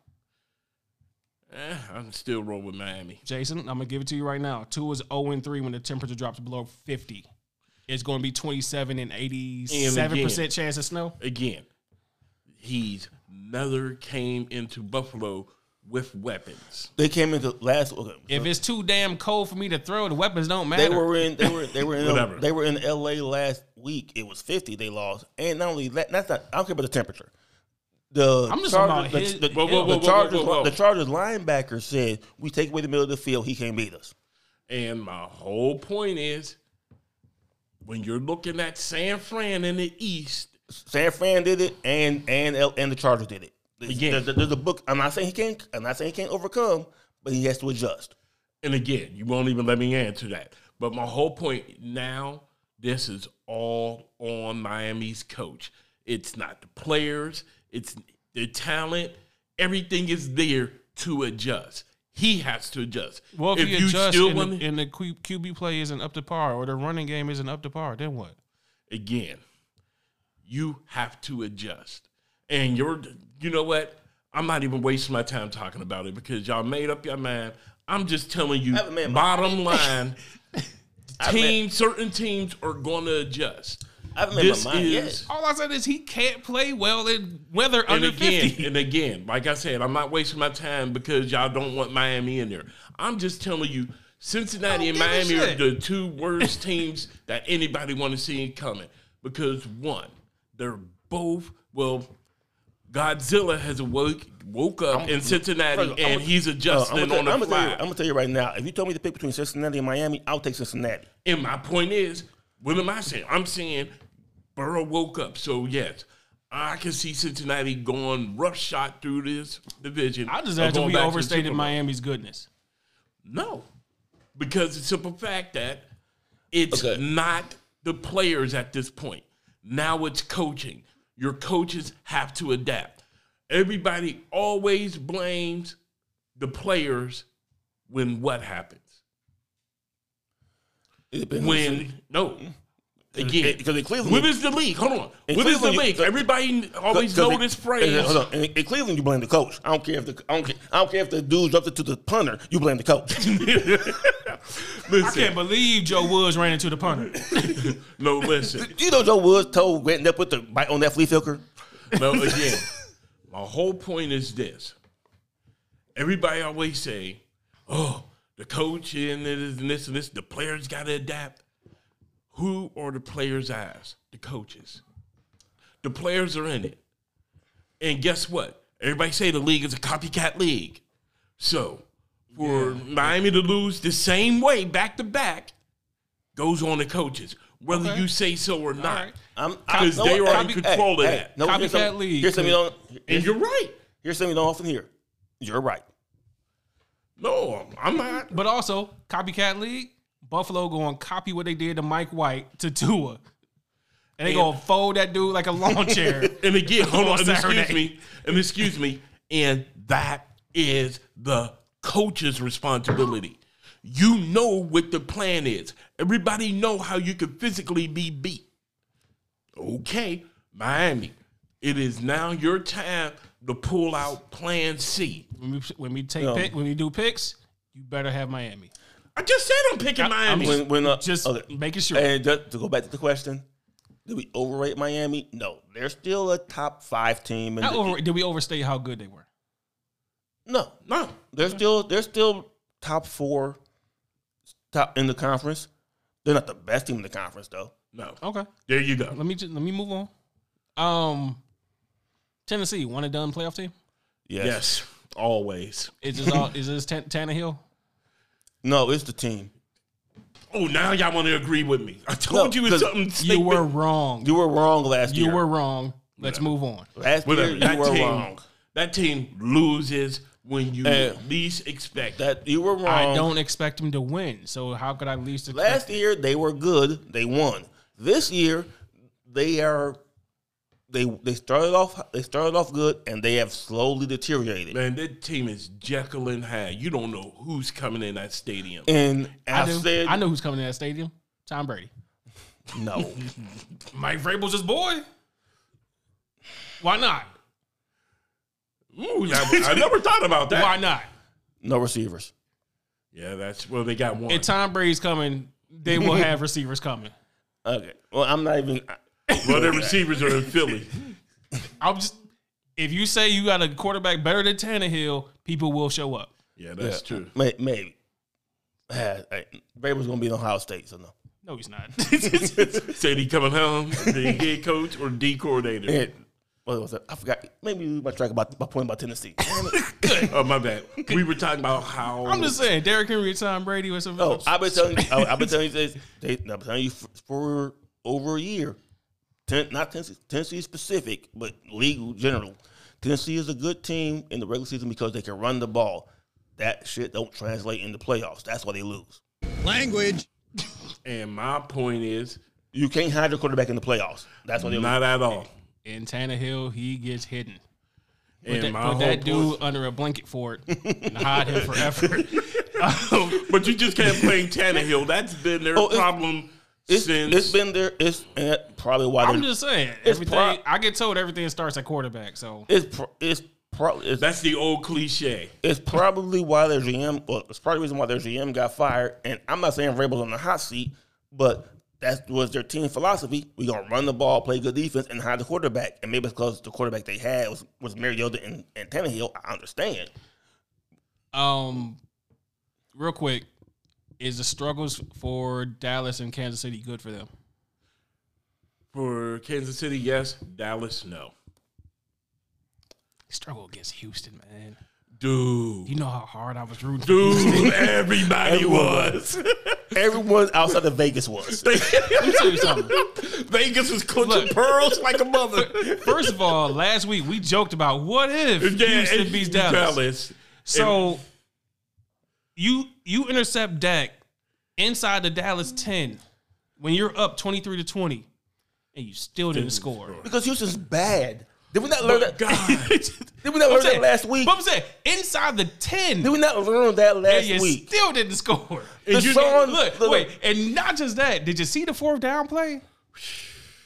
Speaker 3: eh, I'm still rolling with Miami.
Speaker 1: Jason, I'm gonna give it to you right now. Two is 0 and 3 when the temperature drops below 50. It's gonna be 27 and 87 percent chance of snow.
Speaker 3: Again, he's another came into Buffalo with weapons.
Speaker 2: They came into last. Okay,
Speaker 1: If it's too damn cold for me to throw, the weapons don't matter.
Speaker 2: they were in. They were. They were in.
Speaker 3: Whatever.
Speaker 2: they were in L.A. last week. It was fifty. They lost, and not only that. That's not. I don't care about the temperature. The
Speaker 1: I'm just
Speaker 2: Chargers-
Speaker 1: about
Speaker 2: the-
Speaker 1: his-
Speaker 2: the,
Speaker 1: Whoa, whoa,
Speaker 2: the
Speaker 3: whoa, whoa,
Speaker 2: Chargers.
Speaker 3: whoa, whoa.
Speaker 2: The Chargers linebacker said, "We take away the middle of the field. He can't beat us."
Speaker 3: And my whole point is when you're looking at San Fran in the East,
Speaker 2: San Fran did it, and and L- and the Chargers did it. There's,
Speaker 3: Again.
Speaker 2: there's- there's a book. I'm not saying he can't. I'm not saying he can't overcome, but he has to adjust.
Speaker 3: and again, you won't even let me answer that. But my whole point now, this is all on Miami's coach. It's not the players, it's the talent. Everything is there to adjust. He has to adjust.
Speaker 1: well, if, you, adjust and,
Speaker 3: want-
Speaker 1: the, and the Q- QB play isn't up to par or the running game isn't up to par, then what?
Speaker 3: again, you have to adjust. And you're, you know what? I'm not even wasting my time talking about it because y'all made up your mind. I'm just telling you,
Speaker 2: haven't made my-
Speaker 3: bottom line,
Speaker 2: made-
Speaker 3: teams, certain teams are going to adjust.
Speaker 2: I haven't made
Speaker 3: This
Speaker 2: my mind
Speaker 3: is,
Speaker 2: yet.
Speaker 1: All I said is he can't play well in weather
Speaker 3: and
Speaker 1: under
Speaker 3: again,
Speaker 1: 50.
Speaker 3: and again, like I said, I'm not wasting my time because y'all don't want Miami in there. I'm just telling you, Cincinnati and
Speaker 1: Don't give a
Speaker 3: Miami are
Speaker 1: shit.
Speaker 3: the two worst teams that anybody want to see coming because one, they're both well. Godzilla has woke woke up in Cincinnati
Speaker 2: First of all,
Speaker 3: and
Speaker 2: I'ma-
Speaker 3: he's
Speaker 2: Uh, I'm
Speaker 3: adjusting
Speaker 2: gonna,
Speaker 3: on
Speaker 2: tell,
Speaker 3: the
Speaker 2: I'm, gonna tell you, I'm
Speaker 3: fly.
Speaker 2: gonna tell you right now. If you told me to pick between Cincinnati and Miami, I'll take Cincinnati.
Speaker 3: And my point is, what am I saying? I'm saying Burrow woke up. So yes, I can see Cincinnati going rough shot through this division.
Speaker 1: I just
Speaker 3: or
Speaker 1: imagine
Speaker 3: going
Speaker 1: we
Speaker 3: back to the
Speaker 1: overstated
Speaker 3: Super Bowl.
Speaker 1: Miami's goodness.
Speaker 3: No, because the simple fact that it's
Speaker 2: Okay.
Speaker 3: not the players at this point. Now it's coaching. Your coaches have to adapt. Everybody always blames the players when what happens.
Speaker 2: It depends
Speaker 3: When no, again,
Speaker 2: because in Cleveland,
Speaker 3: what is the league? Hold on,
Speaker 2: In
Speaker 3: what is the
Speaker 2: Cleveland, you-
Speaker 3: league? Everybody always
Speaker 2: 'cause
Speaker 3: know
Speaker 2: in-
Speaker 3: this
Speaker 2: in-
Speaker 3: phrase.
Speaker 2: Hold on. In, in Cleveland, you blame the coach. I don't care if the I don't care, I don't care if the dude's up to the punter. You blame the coach.
Speaker 1: I can't
Speaker 3: Listen,
Speaker 1: believe Joe Woods ran into the punter.
Speaker 3: no, listen.
Speaker 2: you know Joe Woods told Grant that put the bite on that flea flicker.
Speaker 3: No, again, my whole point is this. Everybody always say, oh, the coach and this and this and this, the players got to adapt. Who are the players' eyes? The coaches. The players are in it. And guess what? Everybody say the league is a copycat league. So for Miami to lose the same way back to back goes on the coaches, whether
Speaker 1: Okay.
Speaker 3: you say so or not.
Speaker 1: right.
Speaker 2: I'm
Speaker 3: 'Cause they are in control of that.
Speaker 2: no,
Speaker 1: Copycat
Speaker 2: here's some-
Speaker 1: league.
Speaker 2: Here's something you don't.
Speaker 3: And
Speaker 2: Here's,
Speaker 3: you're right.
Speaker 2: here's something you don't often hear. You're right.
Speaker 3: No, I'm not.
Speaker 1: But also, copycat league, Buffalo going copy what they did to Mike White to Tua. And they
Speaker 3: Yeah.
Speaker 1: gonna fold that dude like a lawn chair.
Speaker 3: And again, hold on,
Speaker 1: On
Speaker 3: and excuse
Speaker 1: Saturday.
Speaker 3: me, and excuse me, and that is the coach's responsibility. You know what the plan is. Everybody know how you can physically be beat. Okay, Miami, it is now your time to pull out Plan C.
Speaker 1: when, we, when we take
Speaker 2: No.
Speaker 1: pick, when we do picks, you better have Miami.
Speaker 3: I just said I'm picking Miami.
Speaker 2: When, when, uh,
Speaker 1: Just
Speaker 2: okay.
Speaker 1: making sure.
Speaker 2: And just to go back to the question, did we overrate Miami? No, they're still a top five team. In
Speaker 1: Not
Speaker 2: the-
Speaker 1: over, did we overstate how good they were?
Speaker 2: No,
Speaker 3: no,
Speaker 2: they're still they're still top four, top in the conference. They're not the best team in the conference though.
Speaker 3: no.
Speaker 1: Okay,
Speaker 3: There you go.
Speaker 1: let me ju- let me move on. Um, Tennessee one and done playoff team.
Speaker 2: Yes.
Speaker 3: Yes, always.
Speaker 1: Is this all? is this Tan- Tannehill?
Speaker 2: No, it's the team.
Speaker 3: Oh, now y'all want to agree with me? I told
Speaker 2: No,
Speaker 3: you it's
Speaker 2: 'cause
Speaker 3: something.
Speaker 1: You
Speaker 3: sneaky.
Speaker 1: were wrong.
Speaker 2: You were wrong last
Speaker 1: You
Speaker 2: year.
Speaker 1: were wrong. Let's move on.
Speaker 2: last
Speaker 3: Whatever.
Speaker 2: year.
Speaker 3: that
Speaker 2: You were
Speaker 3: team,
Speaker 2: wrong.
Speaker 3: That team loses when you
Speaker 2: Yeah.
Speaker 3: least expect. it.
Speaker 2: That you were wrong.
Speaker 1: I don't expect him to win, so how could I at least expect?
Speaker 2: Last year they were good. They won. This year they are. They they started off they started off good and they have slowly deteriorated.
Speaker 3: Man, that team is Jekyll and Hyde. You don't know who's coming in that stadium.
Speaker 2: And
Speaker 1: I,
Speaker 2: I
Speaker 1: do.
Speaker 2: said
Speaker 1: I know who's coming to that stadium. Tom Brady.
Speaker 2: no.
Speaker 1: Mike Vrabel's his boy. Why not?
Speaker 3: Ooh, I, I never thought about that.
Speaker 1: Why not?
Speaker 2: No receivers.
Speaker 3: Yeah, that's well, they got one.
Speaker 1: If Tom Brady's coming, they will have receivers coming.
Speaker 2: Okay. Well, I'm not even.
Speaker 3: well, their receivers are in Philly.
Speaker 1: I'm just if you say you got a quarterback better than Tannehill, people will show up.
Speaker 3: Yeah, that's true.
Speaker 2: May, maybe. Ah, hey, Vrabel's gonna be in Ohio State, so no.
Speaker 1: No, he's not.
Speaker 3: Said he coming home, the head coach or D coordinator.
Speaker 2: And, what was that? I forgot. Maybe you might track about my point about Tennessee. Damn it.
Speaker 3: Oh my bad. We were talking about how
Speaker 1: I'm just saying, Derrick Henry and Tom Brady was
Speaker 3: Oh,
Speaker 1: some.
Speaker 2: No, I've been telling you. I- I've been telling you this. They, I've been telling you for, for over a year. Ten, not Tennessee, Tennessee specific, but legal general. Tennessee is a good team in the regular season because they can run the ball. That shit don't translate in the playoffs. That's why they lose.
Speaker 4: Language.
Speaker 3: and my point is
Speaker 2: You can't hide your quarterback in the playoffs. That's why they lose.
Speaker 3: not at all.
Speaker 1: and Tannehill, he gets hidden. Put
Speaker 3: And
Speaker 1: that,
Speaker 3: my
Speaker 1: put
Speaker 3: whole
Speaker 1: that dude
Speaker 3: point-
Speaker 1: under a blanket for it and hide him forever.
Speaker 3: But you just can't blame Tannehill. That's been their
Speaker 2: Oh, it's-
Speaker 3: problem
Speaker 2: It's,
Speaker 3: since
Speaker 2: it's been there. It's and that probably why
Speaker 1: I'm
Speaker 2: they're.
Speaker 1: just saying,
Speaker 2: It's
Speaker 1: everything.
Speaker 2: prob-
Speaker 1: I get told everything starts at quarterback. So
Speaker 2: it's pro- it's probably it's,
Speaker 3: That's the old cliche.
Speaker 2: it's probably why their GM. Well, it's probably the reason why their GM got fired. And I'm not saying Rabel's on the hot seat, but that was their team philosophy. We gonna run the ball, play good defense, and hide the quarterback. And maybe it's because the quarterback they had was, was Mariota and, and Tannehill. I understand.
Speaker 1: Um, real quick, is the struggles for Dallas and Kansas City good for them?
Speaker 3: For Kansas City, yes. Dallas, no.
Speaker 1: struggle against Houston, man.
Speaker 3: Dude.
Speaker 1: You know how hard I was rooting. for
Speaker 3: Dude, everybody
Speaker 2: Everyone.
Speaker 3: was.
Speaker 2: Everyone outside of Vegas was.
Speaker 1: Let me tell you something.
Speaker 3: Vegas was clutching
Speaker 1: Look.
Speaker 3: pearls like a mother.
Speaker 1: First of all, last week we joked about what if Houston
Speaker 3: and
Speaker 1: beats Dallas.
Speaker 3: Dallas.
Speaker 1: So you you intercept Dak inside the Dallas ten when you're up twenty three to twenty, and you still didn't, score.
Speaker 2: Because Houston's bad. Did we not learn that?
Speaker 3: God.
Speaker 2: Did we not
Speaker 1: I'm
Speaker 2: learn
Speaker 1: saying-
Speaker 2: that last week?
Speaker 1: But I'm saying inside the ten,
Speaker 2: Did we not learn that last
Speaker 1: and you
Speaker 2: week?
Speaker 1: still didn't score.
Speaker 2: The
Speaker 1: you
Speaker 2: song-
Speaker 1: look,
Speaker 2: look.
Speaker 1: wait, and not just that. Did you see the fourth down play?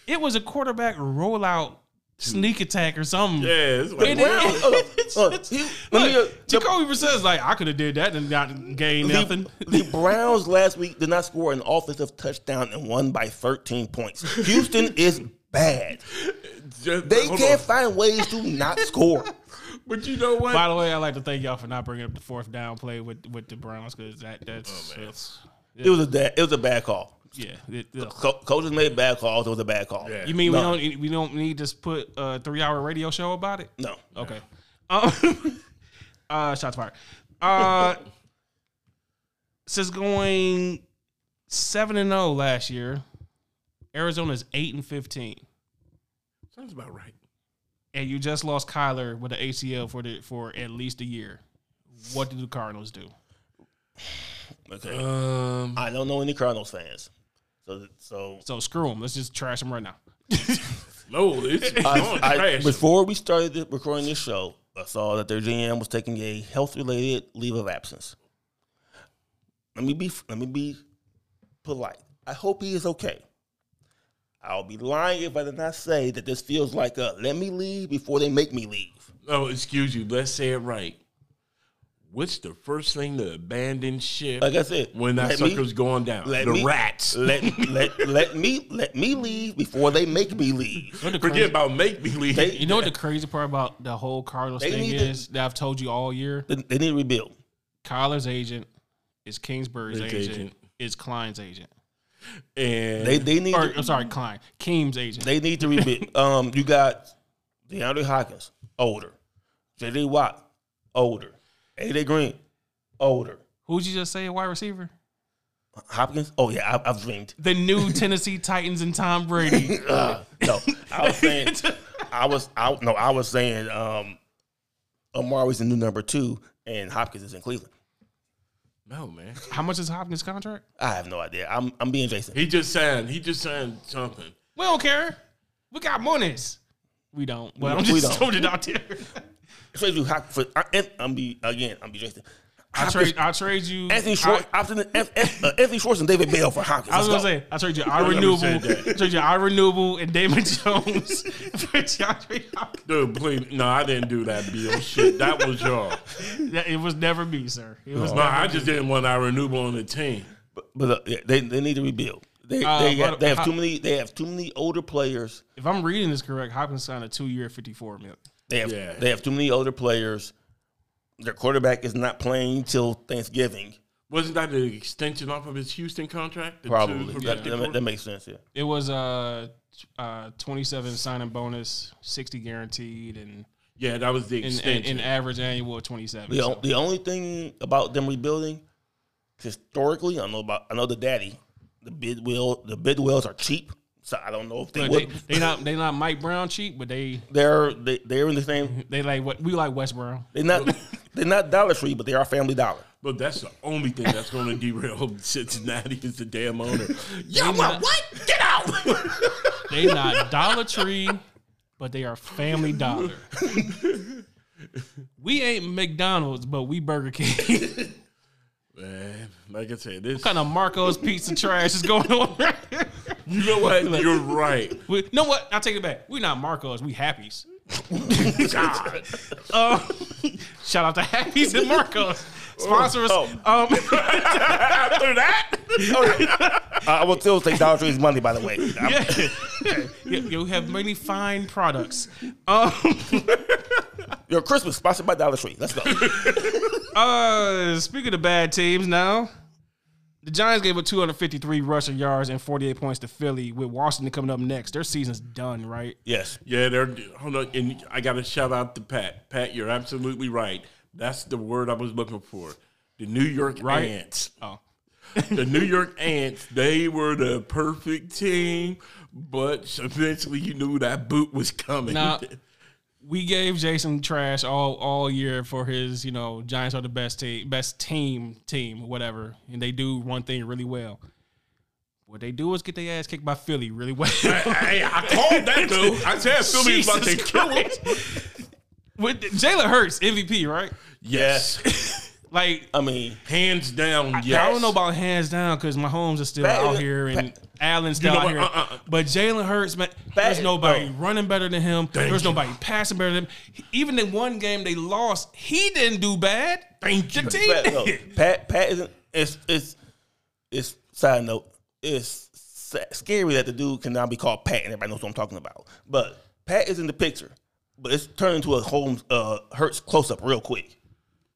Speaker 1: It was a quarterback rollout sneak attack or something.
Speaker 3: Yeah, it's like,
Speaker 1: It
Speaker 2: Where-
Speaker 1: is.
Speaker 2: hold on, hold on. He- let me, uh,
Speaker 1: Look, Jacoby Brissett like, I could have did that and not gained nothing.
Speaker 2: The, the Browns last week did not score an offensive touchdown and won by 13 points. Houston is bad.
Speaker 3: just-
Speaker 2: They
Speaker 3: hold
Speaker 2: can't
Speaker 3: on.
Speaker 2: find ways to not score.
Speaker 3: But you know what?
Speaker 1: By the way, I'd like to thank y'all for not bringing up the fourth down play with, with the Browns because
Speaker 2: Oh,
Speaker 1: that that's, that's-
Speaker 2: It was a bad, it was a bad call.
Speaker 1: yeah. it- ugh.
Speaker 2: Co- coaches made bad calls. It was a bad call.
Speaker 3: Yeah.
Speaker 1: you mean
Speaker 2: No.
Speaker 1: we don't we don't need to put a three hour radio show about it?
Speaker 2: No.
Speaker 1: Okay. Um, uh, shots fired. Uh, since going seven and zero last year, Arizona's eight and fifteen,
Speaker 3: Sounds about right.
Speaker 1: and you just lost Kyler with an ACL for the for at least a year. What do the Cardinals do?
Speaker 2: Okay.
Speaker 3: Um,
Speaker 2: I don't know any Cardinals fans. So, so
Speaker 1: So screw them. Let's just trash them right now.
Speaker 3: no, it's
Speaker 2: I,
Speaker 3: gone
Speaker 2: I-
Speaker 3: trash.
Speaker 2: before we started the- recording this show, I saw that their GM was taking a health related leave of absence. Let me be let me be polite. I hope he is okay. I'll be lying if I did not say that this feels like a let me leave before they make me leave.
Speaker 3: No, excuse you. Let's say it right. What's the first thing to abandon ship
Speaker 2: Like I said,
Speaker 3: when that
Speaker 2: let me-
Speaker 3: sucker's going down?
Speaker 2: let
Speaker 3: The
Speaker 2: me-
Speaker 3: rats.
Speaker 2: let, let let me let me leave before they make me leave.
Speaker 1: You know what the
Speaker 3: Forget
Speaker 1: crazy-
Speaker 3: about make believe.
Speaker 2: They-
Speaker 1: you know what the crazy part about the whole Cardinals
Speaker 2: They
Speaker 1: thing
Speaker 2: need to-
Speaker 1: is that I've told you all year.
Speaker 2: They, they need to rebuild.
Speaker 1: Kyler's agent is Kingsbury's
Speaker 3: His
Speaker 1: agent,
Speaker 3: agent.
Speaker 1: is Klein's agent.
Speaker 3: and
Speaker 2: They they need
Speaker 1: Or
Speaker 2: to-
Speaker 1: I'm sorry, Klein, Keem's agent.
Speaker 2: They need to rebuild. um, you got DeAndre Hawkins, older. J.D. Watt, older. A.J. Green, older.
Speaker 1: Who'd you just say a wide receiver?
Speaker 2: Hopkins? Oh, yeah, I, I've dreamed.
Speaker 1: The new Tennessee Titans and Tom Brady.
Speaker 2: Uh, no, I was saying, I was, I, no, I was saying, um, Amari's the new number two, and Hopkins is in Cleveland.
Speaker 3: no man.
Speaker 1: How much is Hopkins' contract?
Speaker 2: I have no idea. I'm, I'm being Jason.
Speaker 3: He just signed. He just signed something.
Speaker 1: We don't care. We got monies. We don't. Well, I'm
Speaker 2: We
Speaker 1: just
Speaker 2: don't.
Speaker 1: throwing it out there.
Speaker 2: Trade you Hop- for- I, and I'm be again. I'm be Jason.
Speaker 1: I trade. I trade you.
Speaker 2: Anthony
Speaker 1: I,
Speaker 2: Schwartz, Anthony, Anthony, uh, Anthony Schwartz, and David Bell for Hopkins.
Speaker 1: I was gonna
Speaker 2: Let's go.
Speaker 1: say I trade you I
Speaker 3: me
Speaker 1: renewable,
Speaker 3: say that.
Speaker 1: I trade you I renewable and Damon Jones for DeAndre Hopkins.
Speaker 3: Dude, please. No, I didn't do that, Bill. Shit, that was y'all.
Speaker 1: That- It was never me, sir. It
Speaker 2: Oh.
Speaker 1: was
Speaker 3: No, I just didn't want our renewable on the team.
Speaker 2: But, but uh, yeah, they they need to rebuild. They
Speaker 1: Uh,
Speaker 2: they,
Speaker 1: but-
Speaker 2: have, they have
Speaker 1: how-
Speaker 2: too many they have too many older players.
Speaker 1: If I'm reading this correct, Hopkins signed a two year, fifty four million.
Speaker 2: They have
Speaker 3: Yeah.
Speaker 2: they have too many older players. Their quarterback is not playing till Thanksgiving.
Speaker 3: Wasn't that an extension off of his Houston contract? The two
Speaker 2: Probably
Speaker 3: for
Speaker 2: that,
Speaker 3: 50
Speaker 2: that ma-
Speaker 3: cor-
Speaker 2: that makes sense. Yeah,
Speaker 1: It was uh, uh twenty seven signing bonus, sixty guaranteed, and
Speaker 3: yeah, that was the
Speaker 1: in, in,
Speaker 3: extension.
Speaker 1: in average annual of twenty seven.
Speaker 2: the, o- the only thing about them rebuilding historically, I know about I know the daddy, the bid will the bid wells are cheap. So I don't know if
Speaker 1: they,
Speaker 2: they would.
Speaker 1: they not they not Mike Brown cheap, but they
Speaker 2: They're they, they're in the same.
Speaker 1: they like what we like West Brown.
Speaker 2: They're not they're not Dollar Tree, but they are Family Dollar.
Speaker 3: But that's the only thing that's going to derail Cincinnati is the damn owner.
Speaker 1: They
Speaker 3: Y'all
Speaker 1: not-
Speaker 3: want what? Get out!
Speaker 1: They not Dollar Tree, but they are Family Dollar. we ain't McDonald's, but we Burger King.
Speaker 3: Man, like I said, this.
Speaker 1: kind of Marco's pizza trash is going on right here?
Speaker 3: You know what? You're right.
Speaker 1: We, know what? I take it back. We not Marcos. We Happies.
Speaker 3: God.
Speaker 1: Um, shout out to Happies and Marcos. Sponsor us.
Speaker 2: Oh.
Speaker 1: Um,
Speaker 3: After that,
Speaker 2: I will still take Dollar Tree's money, by the way. I'm-
Speaker 1: yeah. Yeah, you have many fine products. Um,
Speaker 2: Your Christmas sponsored by Dollar Tree. Let's go.
Speaker 1: uh, speaking of bad teams now, the The Giants gave up 253 rushing yards and 48 points to Philly, with Washington coming up next. Their season's done, right?
Speaker 2: Yes.
Speaker 3: Yeah, they're hold on, and I got to shout out to Pat. Pat, you're absolutely right. That's the word I was looking for. The New York
Speaker 1: Right.
Speaker 3: Ants.
Speaker 1: Oh.
Speaker 3: the New York Ants. They were the perfect team, but eventually you knew that boot was coming.
Speaker 1: Now- We gave Jason trash all all year for his, you know, Giants are the best team, best team, team, whatever, and they do one thing really well. What they do is get their ass kicked by Philly really well.
Speaker 3: Hey, I called that though. I said Philly's about to
Speaker 1: Jesus
Speaker 3: kill him.
Speaker 1: With Jalen Hurts MVP, right?
Speaker 3: Yes,
Speaker 1: Like
Speaker 2: I mean,
Speaker 3: hands down. Yes.
Speaker 1: I don't know about hands down because my homes are still
Speaker 2: Pat-
Speaker 1: out here and Allen's still
Speaker 3: know
Speaker 1: out
Speaker 3: what?
Speaker 1: here.
Speaker 3: Uh-uh.
Speaker 1: But Jalen Hurts, man, there's nobody running better than him. there's
Speaker 3: Oh. you.
Speaker 1: nobody passing better than him. He- Even in one game they lost, he didn't do bad.
Speaker 3: Thank
Speaker 1: The
Speaker 3: you.
Speaker 1: team
Speaker 2: Pat, no,
Speaker 1: did.
Speaker 2: Pat, Pat isn't. It's it's it's side note. It's sa- scary that the dude can now be called Pat, and everybody knows what I'm talking about. But Pat is in the picture, but it's turned into a Holmes uh, Hurts close up real quick.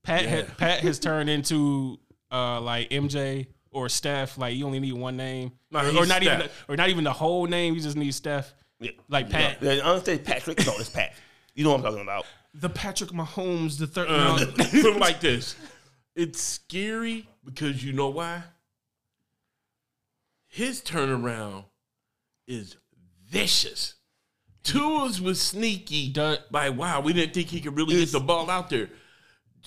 Speaker 1: Pat, had, Pat has turned into uh, like MJ or Steph. Like you only need one name,
Speaker 3: No,
Speaker 1: or,
Speaker 3: he's
Speaker 1: not even, the,
Speaker 3: Steph.
Speaker 1: or not even the whole name. You just need Steph,
Speaker 2: Yeah.
Speaker 1: like Pat,
Speaker 2: Yeah, I don't say Patrick. No, it's Pat. You know what I'm talking about.
Speaker 1: the Patrick Mahomes, the third.
Speaker 3: Uh,
Speaker 1: no.
Speaker 3: put it like this. It's scary because you know why? His turnaround is vicious. Tua's was sneaky.
Speaker 1: Duh.
Speaker 3: Like, wow, we didn't think he could really get the ball out there.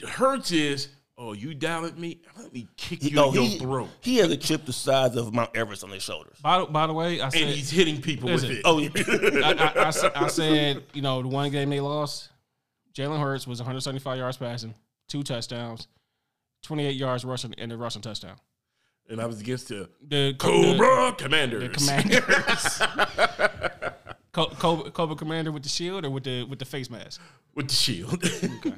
Speaker 3: Hurts is, oh, you doubted me? Let me kick you
Speaker 1: Oh,
Speaker 2: no,
Speaker 3: in your
Speaker 2: he,
Speaker 3: throat.
Speaker 2: he has a chip the size of Mount Everest on his shoulders.
Speaker 1: by, the- by the way, I
Speaker 3: And
Speaker 1: said
Speaker 3: he's hitting people
Speaker 1: Listen.
Speaker 3: with it.
Speaker 2: Oh yeah.
Speaker 1: I, I- I s- I said, you know, the one game they lost, Jalen Hurts was 175 yards passing, two touchdowns, 28 yards rushing, and a rushing touchdown.
Speaker 3: And I was against the
Speaker 1: The
Speaker 3: Cobra
Speaker 1: the,
Speaker 3: Commanders.
Speaker 1: the Commanders, Co- Cobra, Cobra Commander with the shield or with the with the face mask.
Speaker 3: with the shield.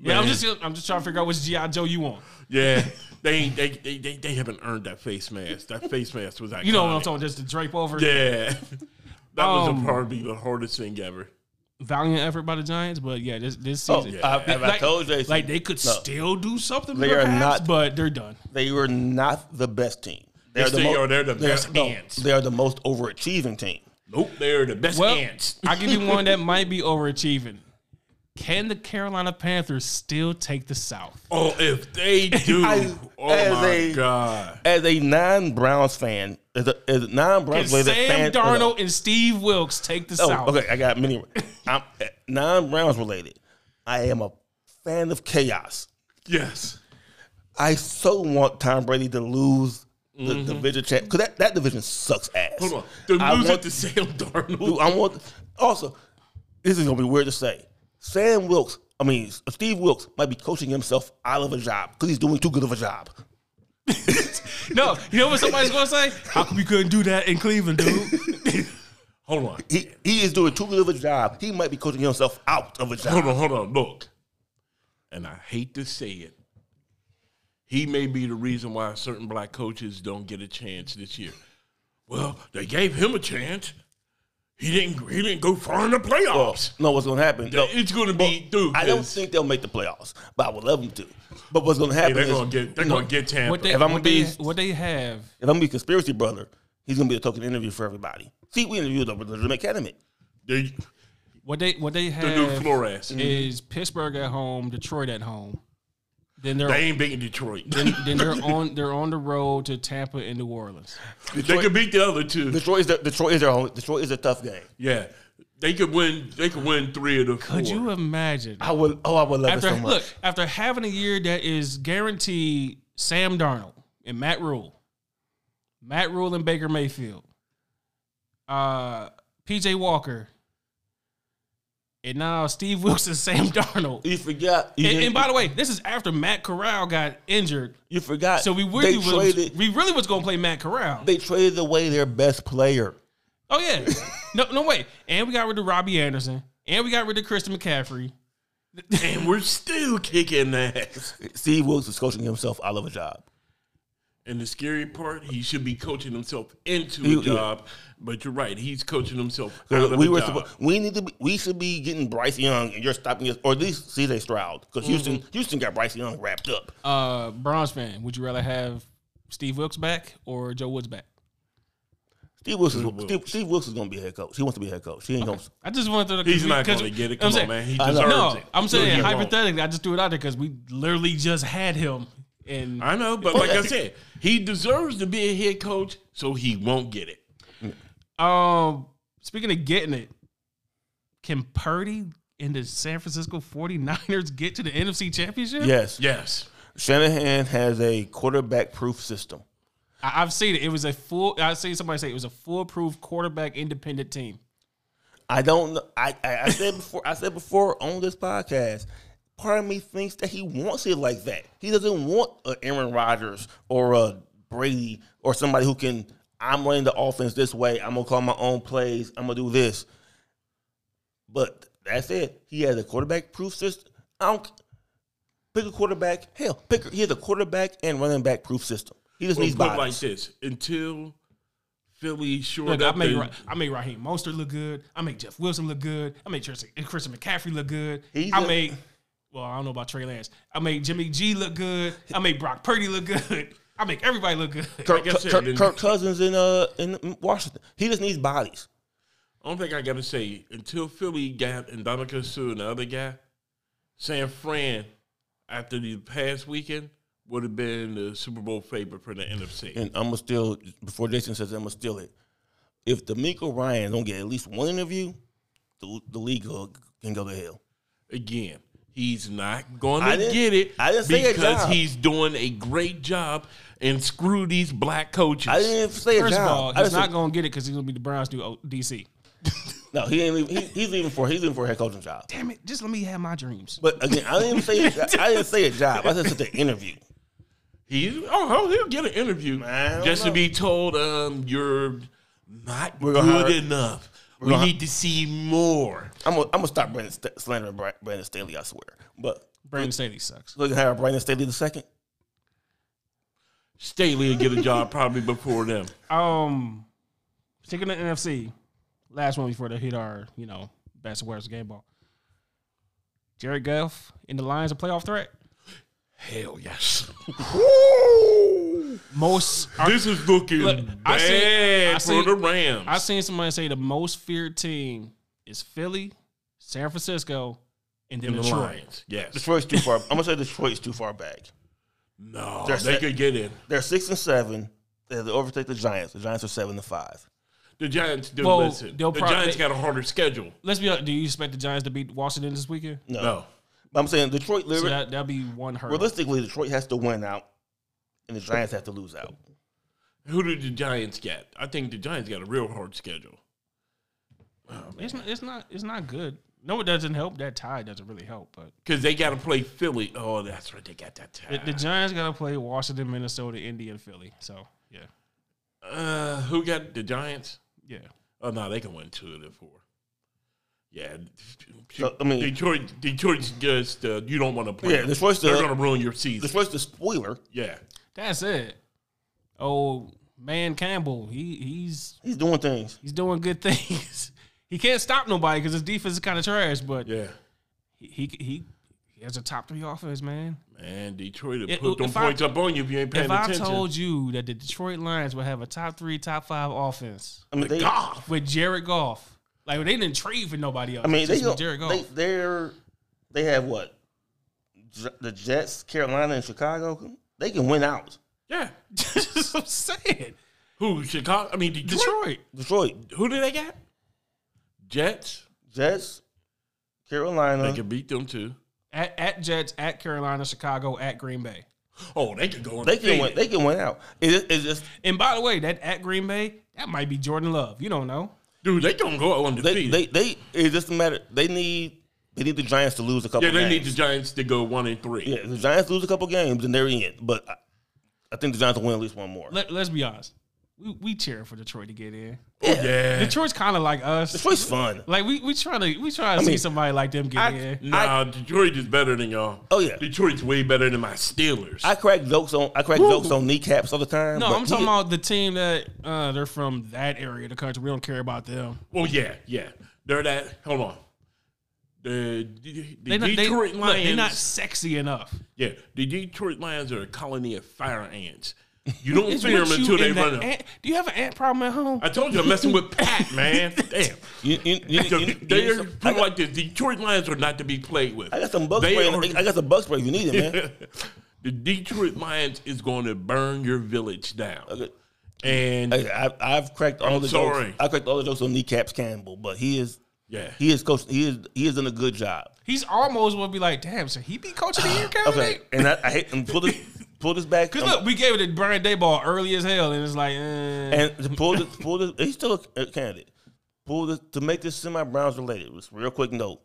Speaker 1: Yeah, I'm
Speaker 3: Man.
Speaker 1: just I'm just trying to figure out which GI Joe you want.
Speaker 3: Yeah, they ain't they, they they they haven't earned that face mask. That face mask was iconic.
Speaker 1: You know what I'm talking? Just to drape over.
Speaker 3: Yeah, that was
Speaker 1: Um,
Speaker 3: a probably the hardest thing ever.
Speaker 1: Valiant effort by the Giants, but yeah, this this
Speaker 2: Oh,
Speaker 1: season,
Speaker 2: I, I- I
Speaker 1: Like-
Speaker 2: told Jason,
Speaker 1: like they could
Speaker 2: no,
Speaker 1: still do something.
Speaker 2: They are
Speaker 1: perhaps,
Speaker 2: not-
Speaker 1: but they're done.
Speaker 2: they were not the best team. They're
Speaker 3: Yes,
Speaker 2: the
Speaker 3: they
Speaker 2: mo-
Speaker 3: are. They're the best
Speaker 2: no,
Speaker 3: ants.
Speaker 2: They are the most overachieving team.
Speaker 3: Nope, they're the best
Speaker 1: Well,
Speaker 3: ants.
Speaker 1: I'll give you one that might be overachieving. Can the Carolina Panthers still take the South?
Speaker 3: Oh, if they do,
Speaker 2: I-
Speaker 3: oh
Speaker 2: as
Speaker 3: my
Speaker 2: a-
Speaker 3: god,
Speaker 2: As a non-Browns fan, as a, as a non-Browns
Speaker 1: Can
Speaker 2: related
Speaker 1: Sam
Speaker 2: fan,
Speaker 1: Darnold and Steve Wilkes take the
Speaker 2: Oh,
Speaker 1: South?
Speaker 2: okay, I got many. I'm uh, non-Browns related. I am a fan of chaos.
Speaker 3: yes,
Speaker 2: I so want Tom Brady to lose the division champ because that, that division sucks ass.
Speaker 3: Mm-hmm. hold on, they're
Speaker 2: I
Speaker 3: losing
Speaker 2: want-
Speaker 3: to Sam Darnold.
Speaker 2: Dude, I want. Also, this is gonna be weird to say. Sam Wilkes, I mean Steve Wilkes, might be coaching himself out of a job because he's doing too good of a job.
Speaker 1: No, you know what somebody's going to say? How come you couldn't do that in Cleveland, dude?
Speaker 3: Hold on,
Speaker 2: He he is doing too good of a job. He might be coaching himself out of a
Speaker 3: hold
Speaker 2: job.
Speaker 3: on, hold on. Look, and I hate to say it, he may be the reason why certain black coaches don't get a chance this year. Well, they gave him a chance. He didn't. He didn't go far in the playoffs.
Speaker 2: No, what's gonna happen? No,
Speaker 3: it's going to be, dude.
Speaker 2: I don't
Speaker 3: it's-
Speaker 2: think they'll make the playoffs, but I would love them to. But what's gonna happen
Speaker 3: they're
Speaker 2: is
Speaker 3: going to get. They're going to get Tampa.
Speaker 1: what, they,
Speaker 2: If I'm
Speaker 1: what,
Speaker 2: gonna be-
Speaker 1: they, what they have,
Speaker 2: if I'm gonna be a conspiracy brother, he's gonna be a token interview for everybody. See, we interviewed a legitimate academy.
Speaker 3: They-
Speaker 1: what they, what they
Speaker 3: the new
Speaker 1: have
Speaker 3: Flores. They
Speaker 1: is Pittsburgh at home, Detroit at home. Then they're
Speaker 3: ain't beating Detroit.
Speaker 1: then, then they're on they're on the road to Tampa and New Orleans.
Speaker 3: they could beat the other two.
Speaker 2: Detroit is their, Detroit is their home. Detroit is a tough game.
Speaker 3: Yeah, they could win. They could win three of the four.
Speaker 1: Could you uh, imagine?
Speaker 2: I would. Oh, I would love
Speaker 1: after
Speaker 2: it so much.
Speaker 1: look after having a year that is guaranteed Sam Darnold and Matt Rule, Matt Rule and Baker Mayfield, uh, PJ Walker, and now Steve Wilson, Sam Darnold.
Speaker 2: you forgot. You,
Speaker 1: And,
Speaker 2: didn't-
Speaker 1: and by the way, this is after Matt Corral got injured,
Speaker 2: you forgot.
Speaker 1: so we really
Speaker 2: they
Speaker 1: was,
Speaker 2: traded.
Speaker 1: we really was gonna play Matt Corral.
Speaker 2: they traded away their best player.
Speaker 1: oh yeah, no no way. And we got rid of Robbie Anderson, and we got rid of Christian McCaffrey.
Speaker 3: And we're still kicking ass.
Speaker 2: Steve Wilkes is coaching himself out of a job.
Speaker 3: And the scary part, he should be coaching himself into
Speaker 2: You-
Speaker 3: a job. But you're right, he's coaching himself out of
Speaker 2: We
Speaker 3: a
Speaker 2: were.
Speaker 3: job.
Speaker 2: Suppo- we need to. Be, we should be getting Bryce Young, and you're stopping us, or at least
Speaker 1: Mm-hmm.
Speaker 2: CJ Stroud, because Houston, Houston got Bryce Young wrapped up.
Speaker 1: Uh, Bronze fan, would you rather have Steve Wilkes back or Joe Woods back?
Speaker 2: Steve Wilson's
Speaker 3: Steve
Speaker 2: Steve, Steve Wilson's gonna be head coach. He wants to be head coach. He ain't gonna.
Speaker 1: I just wanted to.
Speaker 3: He's not
Speaker 1: because-
Speaker 3: going to get it.
Speaker 1: I'm
Speaker 3: Come on,
Speaker 1: saying-
Speaker 3: man. He
Speaker 2: I
Speaker 3: deserves
Speaker 2: know.
Speaker 1: No,
Speaker 3: it.
Speaker 1: I'm saying
Speaker 3: he won't.
Speaker 1: hypothetically. I just threw it out there because we literally just had him, and
Speaker 3: I know, but like I said, he deserves to be a head coach, so he won't get it.
Speaker 1: Um, speaking of getting it, can Purdy and the San Francisco 49ers get to the NFC Championship?
Speaker 2: Yes.
Speaker 3: Yes.
Speaker 2: Shanahan has a quarterback proof system.
Speaker 1: I, I've seen it. It was a full. I've seen somebody say it was a foolproof quarterback independent team.
Speaker 2: I don't know. I, I, I said before. I said before on this podcast. Part of me thinks that he wants it like that. He doesn't want a Aaron Rodgers or a Brady or somebody who can. I'm running the offense this way. I'm gonna call my own plays. I'm gonna do this. But that's it. He has a quarterback proof system. I don't pick a quarterback. Hell, pick. He has a quarterback and running back proof system. He just
Speaker 3: Well,
Speaker 2: needs
Speaker 3: put
Speaker 2: bodies.
Speaker 3: like this until Philly short
Speaker 1: Look, I
Speaker 3: up.
Speaker 1: made
Speaker 3: their-
Speaker 1: Ra- I made Raheem Mostert look good. I made Jeff Wilson look good. I made Tristan, Christian McCaffrey look good.
Speaker 2: He's
Speaker 1: I
Speaker 2: a-
Speaker 1: made well, I don't know about Trey Lance. I made Jimmy G look good. I made Brock Purdy look good. I make everybody look good.
Speaker 2: Kirk,
Speaker 3: Like I said,
Speaker 2: Kirk-
Speaker 3: in-
Speaker 2: Kirk Cousins in uh in Washington. He just needs bodies.
Speaker 3: Only thing I gotta say, until Philly got Indominus Sue and the other guy, San Fran, after the past weekend, would have been the Super Bowl favorite for the NFC.
Speaker 2: And I'm gonna steal before Jason says I'm gonna steal it. If D'Amico Ryan don't get at least one interview, the, the league go, can go to hell.
Speaker 3: Again, he's not gonna
Speaker 2: I didn't-
Speaker 3: get it
Speaker 2: I didn't say a
Speaker 3: because
Speaker 2: job.
Speaker 3: he's doing a great job and screw these black coaches.
Speaker 2: I didn't even say
Speaker 1: First
Speaker 2: a
Speaker 1: of
Speaker 2: job.
Speaker 1: all,
Speaker 2: I
Speaker 1: he's
Speaker 2: just
Speaker 1: not
Speaker 2: said-
Speaker 1: going to get it because he's going to be the Browns do DC.
Speaker 2: no, he ain't. Even, he, he's leaving for he's leaving for a head coaching job.
Speaker 1: Damn it! Just let me have my dreams.
Speaker 2: But again, I didn't say I didn't say a job. I just said the interview.
Speaker 3: He's oh, hell, he'll get an interview
Speaker 2: I don't
Speaker 3: just
Speaker 2: know.
Speaker 3: to be told um you're not good
Speaker 2: gonna hire-
Speaker 3: enough. We
Speaker 2: gonna hi-
Speaker 3: need to see more.
Speaker 2: I'm gonna, I'm gonna stop Brandon St- slandering Bra- Brandon Staley. I swear. But
Speaker 1: Brandon Staley sucks.
Speaker 2: look at how Brandon Staley the second.
Speaker 3: Staley will get a job probably before them.
Speaker 1: Um, taking the NFC, last one before they hit our, you know, best and worst game ball. Jared Goff in the Lions a playoff threat.
Speaker 3: Hell yes.
Speaker 1: Most
Speaker 3: this is looking
Speaker 1: Look,
Speaker 3: bad
Speaker 1: I seen- I
Speaker 3: for
Speaker 1: seen-
Speaker 3: the Rams.
Speaker 1: I've seen somebody say the most feared team is Philly, San Francisco, and then
Speaker 3: and the
Speaker 1: Detroit.
Speaker 3: Lions. Yes.
Speaker 2: Detroit's too far. I'm gonna say Detroit's too far back.
Speaker 3: No,
Speaker 2: They're
Speaker 3: they
Speaker 2: set.
Speaker 3: could get in.
Speaker 2: They're six and seven. They have to overtake the Giants. The Giants are seven and five.
Speaker 3: The Giants do
Speaker 1: Well,
Speaker 3: listen. The
Speaker 1: they'll prob-
Speaker 3: Giants
Speaker 1: they-
Speaker 3: got a harder schedule.
Speaker 1: Let's be honest. Do you expect the Giants to beat Washington this weekend?
Speaker 2: No,
Speaker 3: No.
Speaker 2: but I'm saying Detroit.
Speaker 1: So
Speaker 2: literally
Speaker 1: that that'll be one hurdle.
Speaker 2: realistically, Detroit has to win out, and the Giants have to lose out.
Speaker 3: Who did the Giants get? I think the Giants got a real hard schedule.
Speaker 1: it's not, it's not it's not good. No, it doesn't help. That tie doesn't really help. But
Speaker 3: Because they got to play Philly. Oh, that's right. They got that
Speaker 1: the,
Speaker 3: time.
Speaker 1: the Giants got to play Washington, Minnesota, Indy, and Philly. So yeah,
Speaker 3: uh, who got the Giants?
Speaker 1: yeah.
Speaker 3: Oh, no, they can win two of the four. Yeah.
Speaker 2: So, I mean-
Speaker 3: Detroit, Detroit's just, uh, you don't want to play.
Speaker 2: Yeah, Detroit's the-
Speaker 3: They're going to ruin your season.
Speaker 2: Detroit's the spoiler.
Speaker 3: Yeah.
Speaker 1: That's it. Oh man, Campbell. He he's
Speaker 2: He's doing things.
Speaker 1: he's doing good things. he can't stop nobody because his defense is kind of trash. But
Speaker 3: Yeah.
Speaker 1: he he he has a top three offense, man.
Speaker 3: Man, Detroit will
Speaker 1: If-
Speaker 3: put them
Speaker 1: if I-
Speaker 3: points up on you if you ain't paying
Speaker 1: if
Speaker 3: attention.
Speaker 1: I told you that the Detroit Lions would have a top three, top five offense
Speaker 2: I mean, they.
Speaker 3: God.
Speaker 1: with Jared Goff, like they didn't trade for nobody else.
Speaker 2: I mean, they,
Speaker 1: just
Speaker 2: go,
Speaker 1: with Jared Goff.
Speaker 2: they they're they have what J- the Jets, Carolina, and Chicago. They can win out.
Speaker 3: Yeah.
Speaker 1: That's what I'm saying.
Speaker 3: Who? Chicago? I mean, Detroit.
Speaker 1: Detroit.
Speaker 2: Detroit,
Speaker 3: Who do they got? Jets.
Speaker 2: Jets, Carolina.
Speaker 3: They can beat them too.
Speaker 1: At, at Jets, at Carolina, Chicago, at Green Bay.
Speaker 3: Oh, they can go.
Speaker 2: they can win. They can win out. It, it's just
Speaker 1: And by the way, that at Green Bay, that might be Jordan Love. You don't know.
Speaker 3: Dude, they don't go
Speaker 2: they
Speaker 3: undefeated.
Speaker 2: they they. It just a matter. They need they need the Giants to lose a couple.
Speaker 3: yeah, they need
Speaker 2: games.
Speaker 3: the Giants to go one and three.
Speaker 2: Yeah, if the Giants lose a couple games, then they're in. But I, I think the Giants will win at least one more.
Speaker 1: Let, let's be honest. We, we cheering for Detroit to get in.
Speaker 3: Oh, yeah.
Speaker 1: Detroit's kind of like us.
Speaker 2: Detroit's fun.
Speaker 1: Like we we trying to we trying to see
Speaker 2: mean,
Speaker 1: somebody like them get
Speaker 2: I-
Speaker 1: in.
Speaker 3: Nah, Detroit is better than y'all.
Speaker 2: Oh, yeah.
Speaker 3: Detroit's way better than my Steelers.
Speaker 2: I crack jokes on I crack jokes on kneecaps all the time.
Speaker 1: No,
Speaker 2: but
Speaker 1: I'm talking
Speaker 2: he-
Speaker 1: about the team that uh, they're from that area of the country. We don't care about them.
Speaker 3: well, yeah, yeah. They're that. Hold on. The, the
Speaker 1: They not, they,
Speaker 3: Detroit
Speaker 1: look,
Speaker 3: Lions.
Speaker 1: they're not sexy enough.
Speaker 3: Yeah, the Detroit Lions are a colony of fire ants. You don't
Speaker 1: It's
Speaker 3: fear
Speaker 1: with
Speaker 3: them
Speaker 1: you
Speaker 3: until they
Speaker 1: and that
Speaker 3: run up.
Speaker 1: ant- Do you have an ant problem at home?
Speaker 3: I told you I'm messing with Pat, man. Damn.
Speaker 2: You, you, you, you, you,
Speaker 3: They're
Speaker 2: you-
Speaker 3: put it like this. Detroit Lions are not to be played with.
Speaker 2: I got some bug
Speaker 3: They
Speaker 2: spray.
Speaker 3: are-
Speaker 2: I I got some bug spray. If you need it, man.
Speaker 3: the Detroit Lions is going to burn your village down.
Speaker 2: Okay.
Speaker 3: And
Speaker 2: Hey, I, I've cracked all
Speaker 3: I'm
Speaker 2: the
Speaker 3: sorry.
Speaker 2: jokes. I cracked all the jokes on kneecaps Campbell, but he is
Speaker 3: yeah,
Speaker 2: he is coach. He is he is doing a good job.
Speaker 1: He's almost would be like, damn, so he be coaching the year
Speaker 2: Okay,
Speaker 1: candidate?
Speaker 2: and I, I hate and pull this pull this back.
Speaker 1: Because
Speaker 2: um,
Speaker 1: look, we gave it to Brian Dayball early as hell, and it's like, eh.
Speaker 2: and to pull this pull this. He's still a candidate. Pull this to make this semi Browns related. Just real quick note.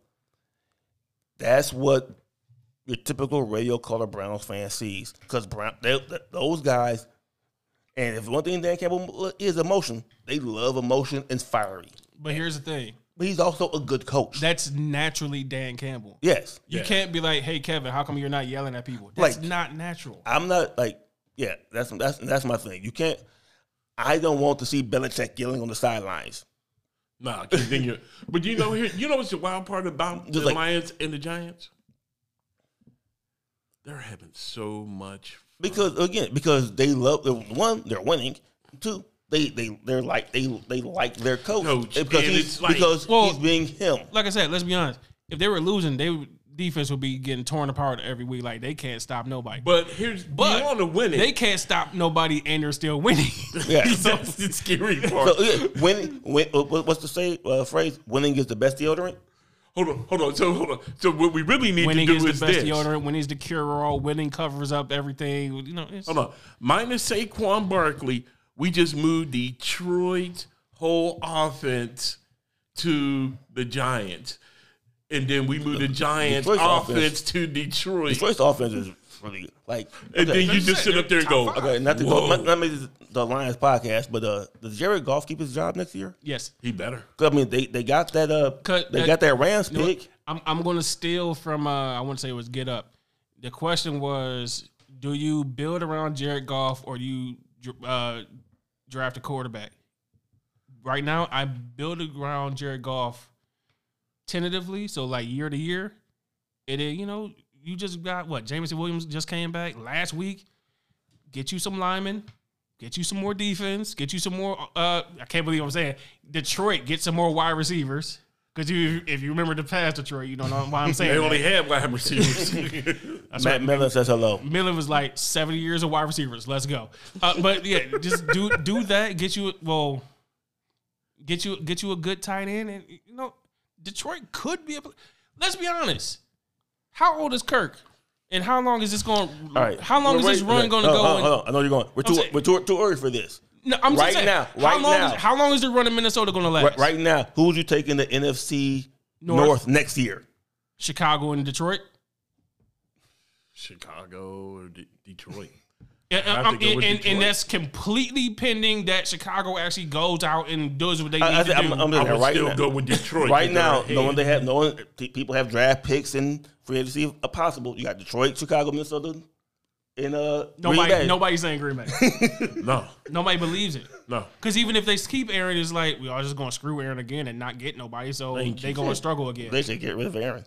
Speaker 2: That's what your typical radio caller Browns fan sees because Brown they, th- those guys. And if one thing Dan Campbell is emotion, they love emotion and fiery.
Speaker 1: but here's the thing
Speaker 2: But he's also a good coach.
Speaker 1: that's naturally Dan Campbell.
Speaker 2: yes.
Speaker 1: You
Speaker 3: Yeah.
Speaker 1: can't be like, hey, Kevin, how come you're not yelling at people? That's
Speaker 2: Like-
Speaker 1: not natural.
Speaker 2: I'm not like, yeah, that's that's that's my thing. You can't. I don't want to see Belichick yelling on the sidelines.
Speaker 3: nah. Continue. but you know here, you know what's the wild part about the
Speaker 2: Just like-
Speaker 3: Lions and the Giants? They're having so much.
Speaker 2: Because again, because they love one, they're winning. Two, they they they're like they they like their coach,
Speaker 3: Coach,
Speaker 2: because
Speaker 3: and
Speaker 2: he's
Speaker 3: it's like-
Speaker 2: because
Speaker 1: Well-
Speaker 2: he's being him.
Speaker 1: Like I said, let's be honest. If they were losing, they would- defense would be getting torn apart every week. Like they can't stop nobody.
Speaker 3: But here's
Speaker 1: But
Speaker 3: but you want to win it.
Speaker 1: They can't stop nobody, and they're still winning.
Speaker 2: Yeah. so
Speaker 3: That's the scary part.
Speaker 2: yeah, winning, win, uh, what- what's the say uh, phrase? Winning is the best deodorant.
Speaker 3: hold on, hold on. So hold on. So what we really need
Speaker 1: winning
Speaker 3: to do
Speaker 1: is the best
Speaker 3: this.
Speaker 1: deodorant. Winning's the cure all. Winning covers up everything. You know, it's,
Speaker 3: Hold on. Minus Saquon Barkley, we just moved Detroit's whole offense to the Giants. And then we moved the Giants'
Speaker 2: Detroit's
Speaker 3: offense,
Speaker 2: offense-
Speaker 3: to Detroit.
Speaker 2: Detroit's offense is really good. like.
Speaker 3: and
Speaker 2: okay.
Speaker 3: then you just sit up there and go,
Speaker 2: Okay, not to
Speaker 3: Whoa.
Speaker 2: go, not, not make this the Lions podcast, but uh, does Jared Goff keep his job next year?
Speaker 1: Yes.
Speaker 3: he better.
Speaker 2: 'Cause, I mean, they, they got that uh,
Speaker 1: Cut
Speaker 2: they
Speaker 1: that-
Speaker 2: got that Rams
Speaker 1: You know what?
Speaker 2: pick.
Speaker 1: I'm I'm gonna steal from uh I want to say it was Get Up. The question was, do you build around Jared Goff or do you dr- uh, draft a quarterback? Right now, I build around Jared Goff tentatively, so like year to year. And then you know you just got what Jameson Williams just came back last week. Get you some linemen. Get you some more defense. Get you some more. Uh, I can't believe I'm saying Detroit. Get some more wide receivers. Because you, if you remember the past Detroit, you don't know why I'm
Speaker 3: They
Speaker 1: saying.
Speaker 3: only
Speaker 1: that.
Speaker 3: have wide receivers.
Speaker 2: Matt Miller says hello.
Speaker 1: Miller was like 70 years of wide receivers. Let's go. Uh, but yeah, just do do that. Get you well. Get you get you a good tight end, and you know Detroit could be a. Let's be honest. How old is Kirk? And how long is this going?
Speaker 2: All right.
Speaker 1: How long is this
Speaker 2: Wait,
Speaker 1: run
Speaker 2: okay.
Speaker 1: going to
Speaker 2: Hold
Speaker 1: go?
Speaker 2: on,
Speaker 1: in-
Speaker 2: Hold on, I know you're going. We're too
Speaker 1: saying-
Speaker 2: we're too, too early for this.
Speaker 1: No, I'm just
Speaker 2: Right
Speaker 1: saying,
Speaker 2: now,
Speaker 1: how
Speaker 2: right
Speaker 1: long
Speaker 2: now.
Speaker 1: Is, how long is the run in Minnesota going to last?
Speaker 2: Right, right now, who would you take in the NFC
Speaker 1: North.
Speaker 2: North, next year?
Speaker 1: Chicago and Detroit.
Speaker 3: Chicago or De- Detroit.
Speaker 1: And,
Speaker 3: have to
Speaker 1: um,
Speaker 3: go
Speaker 1: and,
Speaker 3: with
Speaker 1: and, and
Speaker 3: Detroit.
Speaker 1: that's completely pending that Chicago actually goes out and does what they need
Speaker 2: I, I,
Speaker 1: to
Speaker 2: am
Speaker 1: do.
Speaker 2: I'm
Speaker 3: I
Speaker 2: just
Speaker 3: would
Speaker 2: right
Speaker 3: still
Speaker 2: now.
Speaker 3: go with Detroit.
Speaker 2: right now,
Speaker 3: because they're
Speaker 2: no one
Speaker 3: ahead.
Speaker 2: they have, no one pe- people have draft picks and free agency if possible. You got Detroit, Chicago, Minnesota, and uh, Green
Speaker 1: nobody,
Speaker 2: Bay.
Speaker 1: nobody's saying Green Bay.
Speaker 3: No,
Speaker 1: nobody believes it.
Speaker 3: no.
Speaker 1: Because even if they keep Aaron, it's like we are just going to screw Aaron again and not get nobody. So
Speaker 2: Thank
Speaker 1: they
Speaker 2: you.
Speaker 1: going to struggle again.
Speaker 2: They should get rid of Aaron.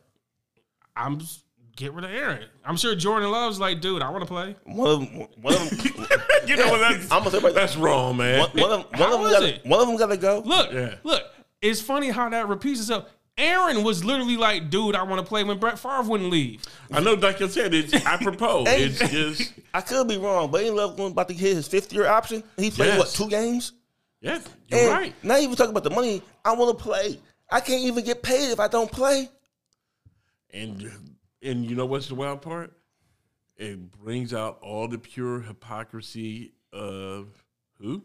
Speaker 1: I'm s- get rid of Aaron. I'm sure Jordan Love's like, dude, I want to play.
Speaker 2: One of them, one of them,
Speaker 3: you know what? That's,
Speaker 2: I'm gonna say right-
Speaker 3: that's wrong, man.
Speaker 2: one, one of them, one
Speaker 1: How
Speaker 2: of them,
Speaker 1: is
Speaker 2: gotta,
Speaker 1: it?
Speaker 2: one of them gotta go.
Speaker 1: Look,
Speaker 3: Yeah.
Speaker 1: look. It's funny how that repeats itself. Aaron was literally like, dude, I want to play when Brett Favre wouldn't leave.
Speaker 3: I know, like I said, it's apropos.
Speaker 2: Hey.
Speaker 3: It's just
Speaker 2: I could be wrong, but ain't Love going about to hit his fifth year option? And he played
Speaker 3: Yes.
Speaker 2: what two games?
Speaker 3: yes, you're
Speaker 2: And
Speaker 3: right.
Speaker 2: Not even talking about the money. I want to play. I can't even get paid if I don't play.
Speaker 3: And and you know what's the wild part? It brings out all the pure hypocrisy of who?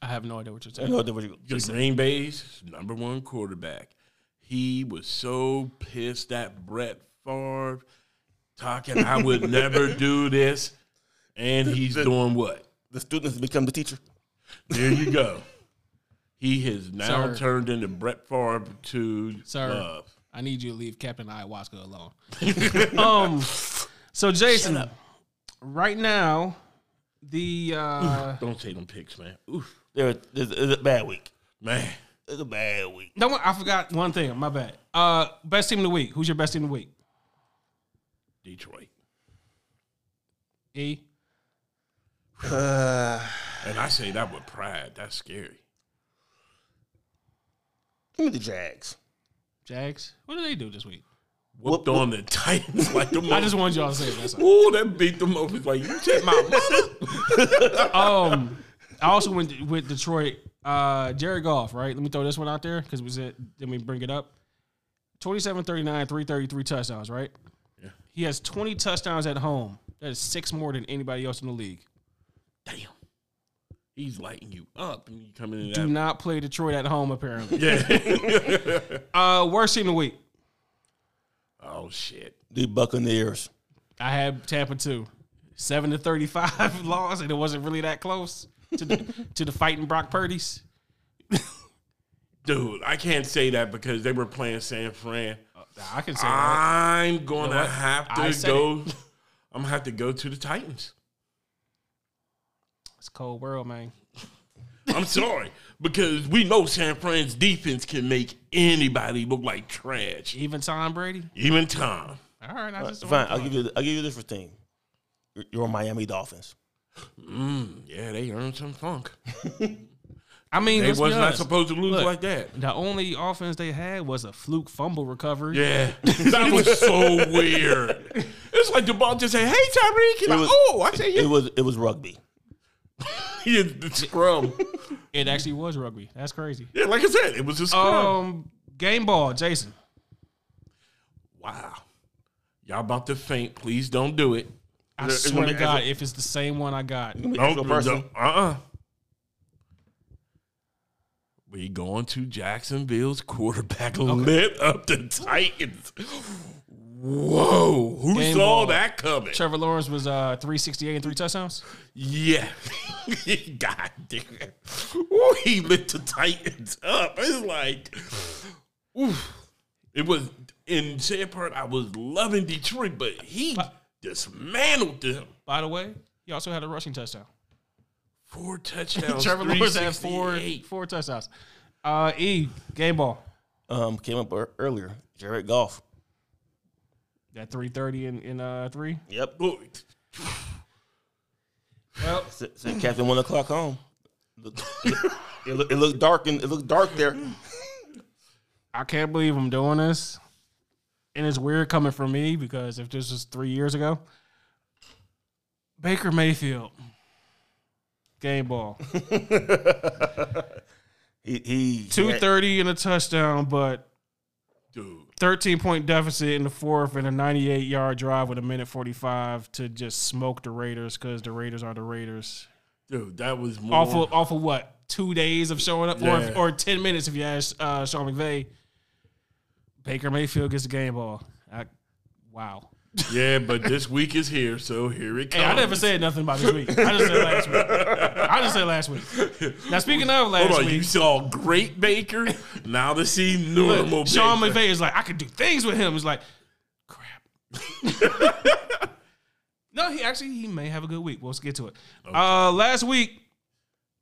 Speaker 1: I have no idea what you're saying.
Speaker 2: No, there we go.
Speaker 3: The Green Bay's number one quarterback. He was so pissed at Brett Favre talking, I would never do this. And he's doing what?
Speaker 2: The students become the teacher.
Speaker 3: There you go. He has now
Speaker 1: Sir.
Speaker 3: turned into Brett Favre to
Speaker 1: Sir.
Speaker 3: love.
Speaker 1: I need you to leave Captain Ayahuasca alone. um, so Jason, right now, the uh,
Speaker 3: Don't say them picks, man. Oof,
Speaker 2: There, it's, it's a bad week.
Speaker 3: man.
Speaker 2: It's a bad week.
Speaker 1: no, I forgot one thing. My bad. Uh, best team of the week. Who's your best team of the week?
Speaker 3: Detroit.
Speaker 1: E.
Speaker 3: And I say that with pride. That's scary.
Speaker 2: Give me the Jags.
Speaker 1: Jags. What do they do this week?
Speaker 3: Whooped
Speaker 2: whoop.
Speaker 3: on the Titans like the
Speaker 1: I just wanted y'all to say that. That's all.
Speaker 3: Ooh, that beat them up. It's like you check my mother.
Speaker 1: Um, I also went with Detroit. Uh, Jared Goff, right? Let me throw this one out there because we said then we bring it up. 27, 39, 333 touchdowns, right?
Speaker 3: Yeah.
Speaker 1: He has 20 touchdowns at home. That is six more than anybody else in the league.
Speaker 3: Damn. He's lighting you up and you come in and
Speaker 1: Do
Speaker 3: out.
Speaker 1: not play Detroit at home, apparently.
Speaker 3: Yeah.
Speaker 1: Uh, worst team of the week.
Speaker 3: oh shit.
Speaker 2: The Buccaneers.
Speaker 1: I had Tampa too. Seven to thirty-five loss, and it wasn't really that close to the to the fighting Brock Purdy's.
Speaker 3: Dude, I can't say that because they were playing San Fran.
Speaker 1: I can say that.
Speaker 3: I'm gonna
Speaker 1: what?
Speaker 3: have to
Speaker 1: I said
Speaker 3: go. I'm gonna have to go to the Titans.
Speaker 1: It's a cold world, man.
Speaker 3: I'm sorry because we know San Fran's defense can make anybody look like trash,
Speaker 1: Even Tom Brady.
Speaker 3: even Tom.
Speaker 1: All right,
Speaker 3: Uh,
Speaker 1: I just
Speaker 2: Fine, I'll give you. I'll give you a different team. Your- Your Miami Dolphins.
Speaker 3: Mm, yeah, they earned some funk.
Speaker 1: I mean,
Speaker 3: They
Speaker 1: let's
Speaker 3: was
Speaker 1: be
Speaker 3: not
Speaker 1: honest.
Speaker 3: supposed to lose
Speaker 1: Look.
Speaker 3: like that.
Speaker 1: the only offense they had was a fluke fumble recovery.
Speaker 3: Yeah, that was so weird. It's like the ball just said, "Hey, Tyreek," He's like,
Speaker 2: was-
Speaker 3: "Oh, I say
Speaker 2: It
Speaker 3: you."
Speaker 2: was. It was rugby.
Speaker 3: He is the scrum.
Speaker 1: It actually was rugby. That's crazy.
Speaker 3: Yeah, like I said, it was a scrum.
Speaker 1: Um, game ball, Jason.
Speaker 3: Wow, y'all about to faint? Please don't do it.
Speaker 1: I
Speaker 3: It's
Speaker 1: swear
Speaker 3: gonna
Speaker 1: to
Speaker 3: be-
Speaker 1: God, if it's the same one I got,
Speaker 3: No,
Speaker 2: Actual person.
Speaker 3: Uh uh We going to Jacksonville's quarterback lit up the Titans. Whoa. Who
Speaker 1: Game
Speaker 3: saw
Speaker 1: ball.
Speaker 3: that coming?
Speaker 1: Trevor Lawrence was uh 368 and three touchdowns.
Speaker 3: Yeah. God damn. Ooh, he lit the Titans up. It's like oof. It was in sad part, I was loving Detroit, but he
Speaker 1: Uh,
Speaker 3: dismantled them.
Speaker 1: By the way, he also had a rushing touchdown.
Speaker 3: Four touchdowns.
Speaker 1: Trevor Lawrence had four
Speaker 3: 368.
Speaker 1: four touchdowns. Uh, e game ball
Speaker 2: Um, came up ear- earlier. Jared Goff.
Speaker 1: that three thirty in in uh three.
Speaker 2: Yep.
Speaker 3: Look,
Speaker 1: Well,
Speaker 2: Said, said Captain One O'clock home. Look- It looked, it looked dark and it looked dark there.
Speaker 1: I can't believe I'm doing this, and it's weird coming from me because if this was three years ago, Baker Mayfield game ball
Speaker 2: He, he
Speaker 1: two thirty and a touchdown, but.
Speaker 3: Dude.
Speaker 1: 13 point deficit in the fourth and a 98 yard drive with a minute 45 to just smoke the Raiders because the Raiders are the Raiders.
Speaker 3: Dude, that was more.
Speaker 1: off of, off of what two days of showing up,
Speaker 3: Yeah.
Speaker 1: or, or ten minutes if you ask uh, Sean McVay. Baker Mayfield gets the game ball. I, wow.
Speaker 3: Yeah, but this week is here, so here it comes.
Speaker 1: Hey, I never said nothing about this week. I just said last week. I just said last week. Now speaking of last
Speaker 3: Hold on, you
Speaker 1: week,
Speaker 3: saw great Baker. Now to see normal
Speaker 1: Sean
Speaker 3: Baker.
Speaker 1: McVay is like, I could do things with him. It's like, crap. no, he actually he may have a good week. We'll get to it. Uh, last week,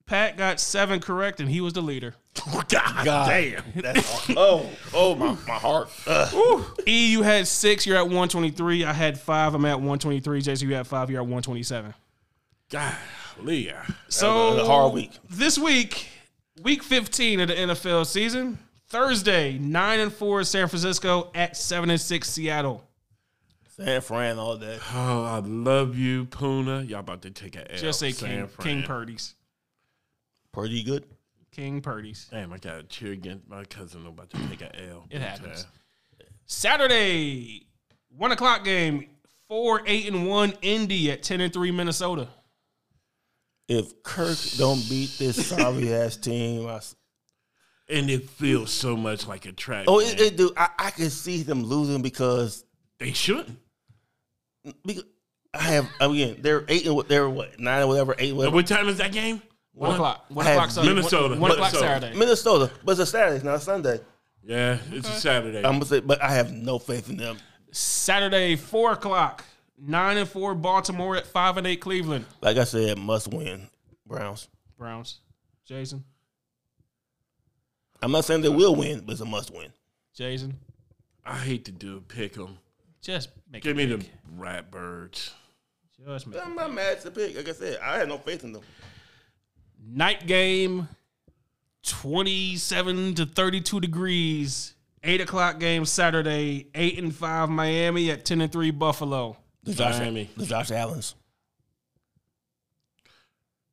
Speaker 1: Pat got seven correct, and he was the leader.
Speaker 3: God, damn.
Speaker 2: That's, oh, oh my, my heart. Ugh.
Speaker 1: E, you had six. You're at 123. I had five. I'm at 123. Jason, you had five. You're at 127.
Speaker 3: Golly.
Speaker 1: So
Speaker 2: was a hard week.
Speaker 1: This week, week 15 of the NFL season. Thursday, nine and four San Francisco at seven and six Seattle.
Speaker 2: San Fran all day.
Speaker 3: Oh, I love you, Puna. Y'all about to take a L.
Speaker 1: Just say
Speaker 3: San
Speaker 1: King
Speaker 3: Fran.
Speaker 1: King Purdy's.
Speaker 2: Pretty good.
Speaker 1: King Purdy's.
Speaker 3: Damn, I got to cheer against my cousin. I'm about to take a L.
Speaker 1: It happens. Saturday, one o'clock game. Four, eight, and one Indy at ten and three Minnesota.
Speaker 2: If Kirk don't beat this sorry ass team, I, s-
Speaker 3: And it feels so much like a track.
Speaker 2: oh,
Speaker 3: Oh,
Speaker 2: it, it do. I, I can see them losing because,
Speaker 3: they shouldn't.
Speaker 2: because I have again. They're eight and what? They're what nine or whatever. Eight.
Speaker 3: And
Speaker 2: Whatever.
Speaker 3: what time is that game?
Speaker 1: One o'clock. One
Speaker 2: I have
Speaker 1: o'clock Saturday. One-
Speaker 3: Minnesota.
Speaker 1: One, o'clock
Speaker 3: Minnesota.
Speaker 1: Saturday.
Speaker 2: Minnesota, but it's a Saturday, it's not a Sunday.
Speaker 3: Yeah, it's a Saturday.
Speaker 2: I'm gonna say, but I have no faith in them.
Speaker 1: Saturday, four o'clock. Nine and four Baltimore at five and eight Cleveland
Speaker 2: Like I said, must win Browns.
Speaker 1: Browns. Jason,
Speaker 2: I'm not saying they will win, but it's a must win.
Speaker 1: Jason,
Speaker 3: I hate to do a pick 'em.
Speaker 1: just make
Speaker 3: Give
Speaker 1: it.
Speaker 3: me the Ratbirds.
Speaker 1: Just me.
Speaker 2: I'm not mad at the pick. Like I said, I had no faith in them.
Speaker 1: Night game, 27 to 32 degrees. 8 o'clock game Saturday, 8 and 5 Miami at 10 and 3 Buffalo.
Speaker 2: The Josh,
Speaker 3: Miami.
Speaker 2: the Josh Allen's.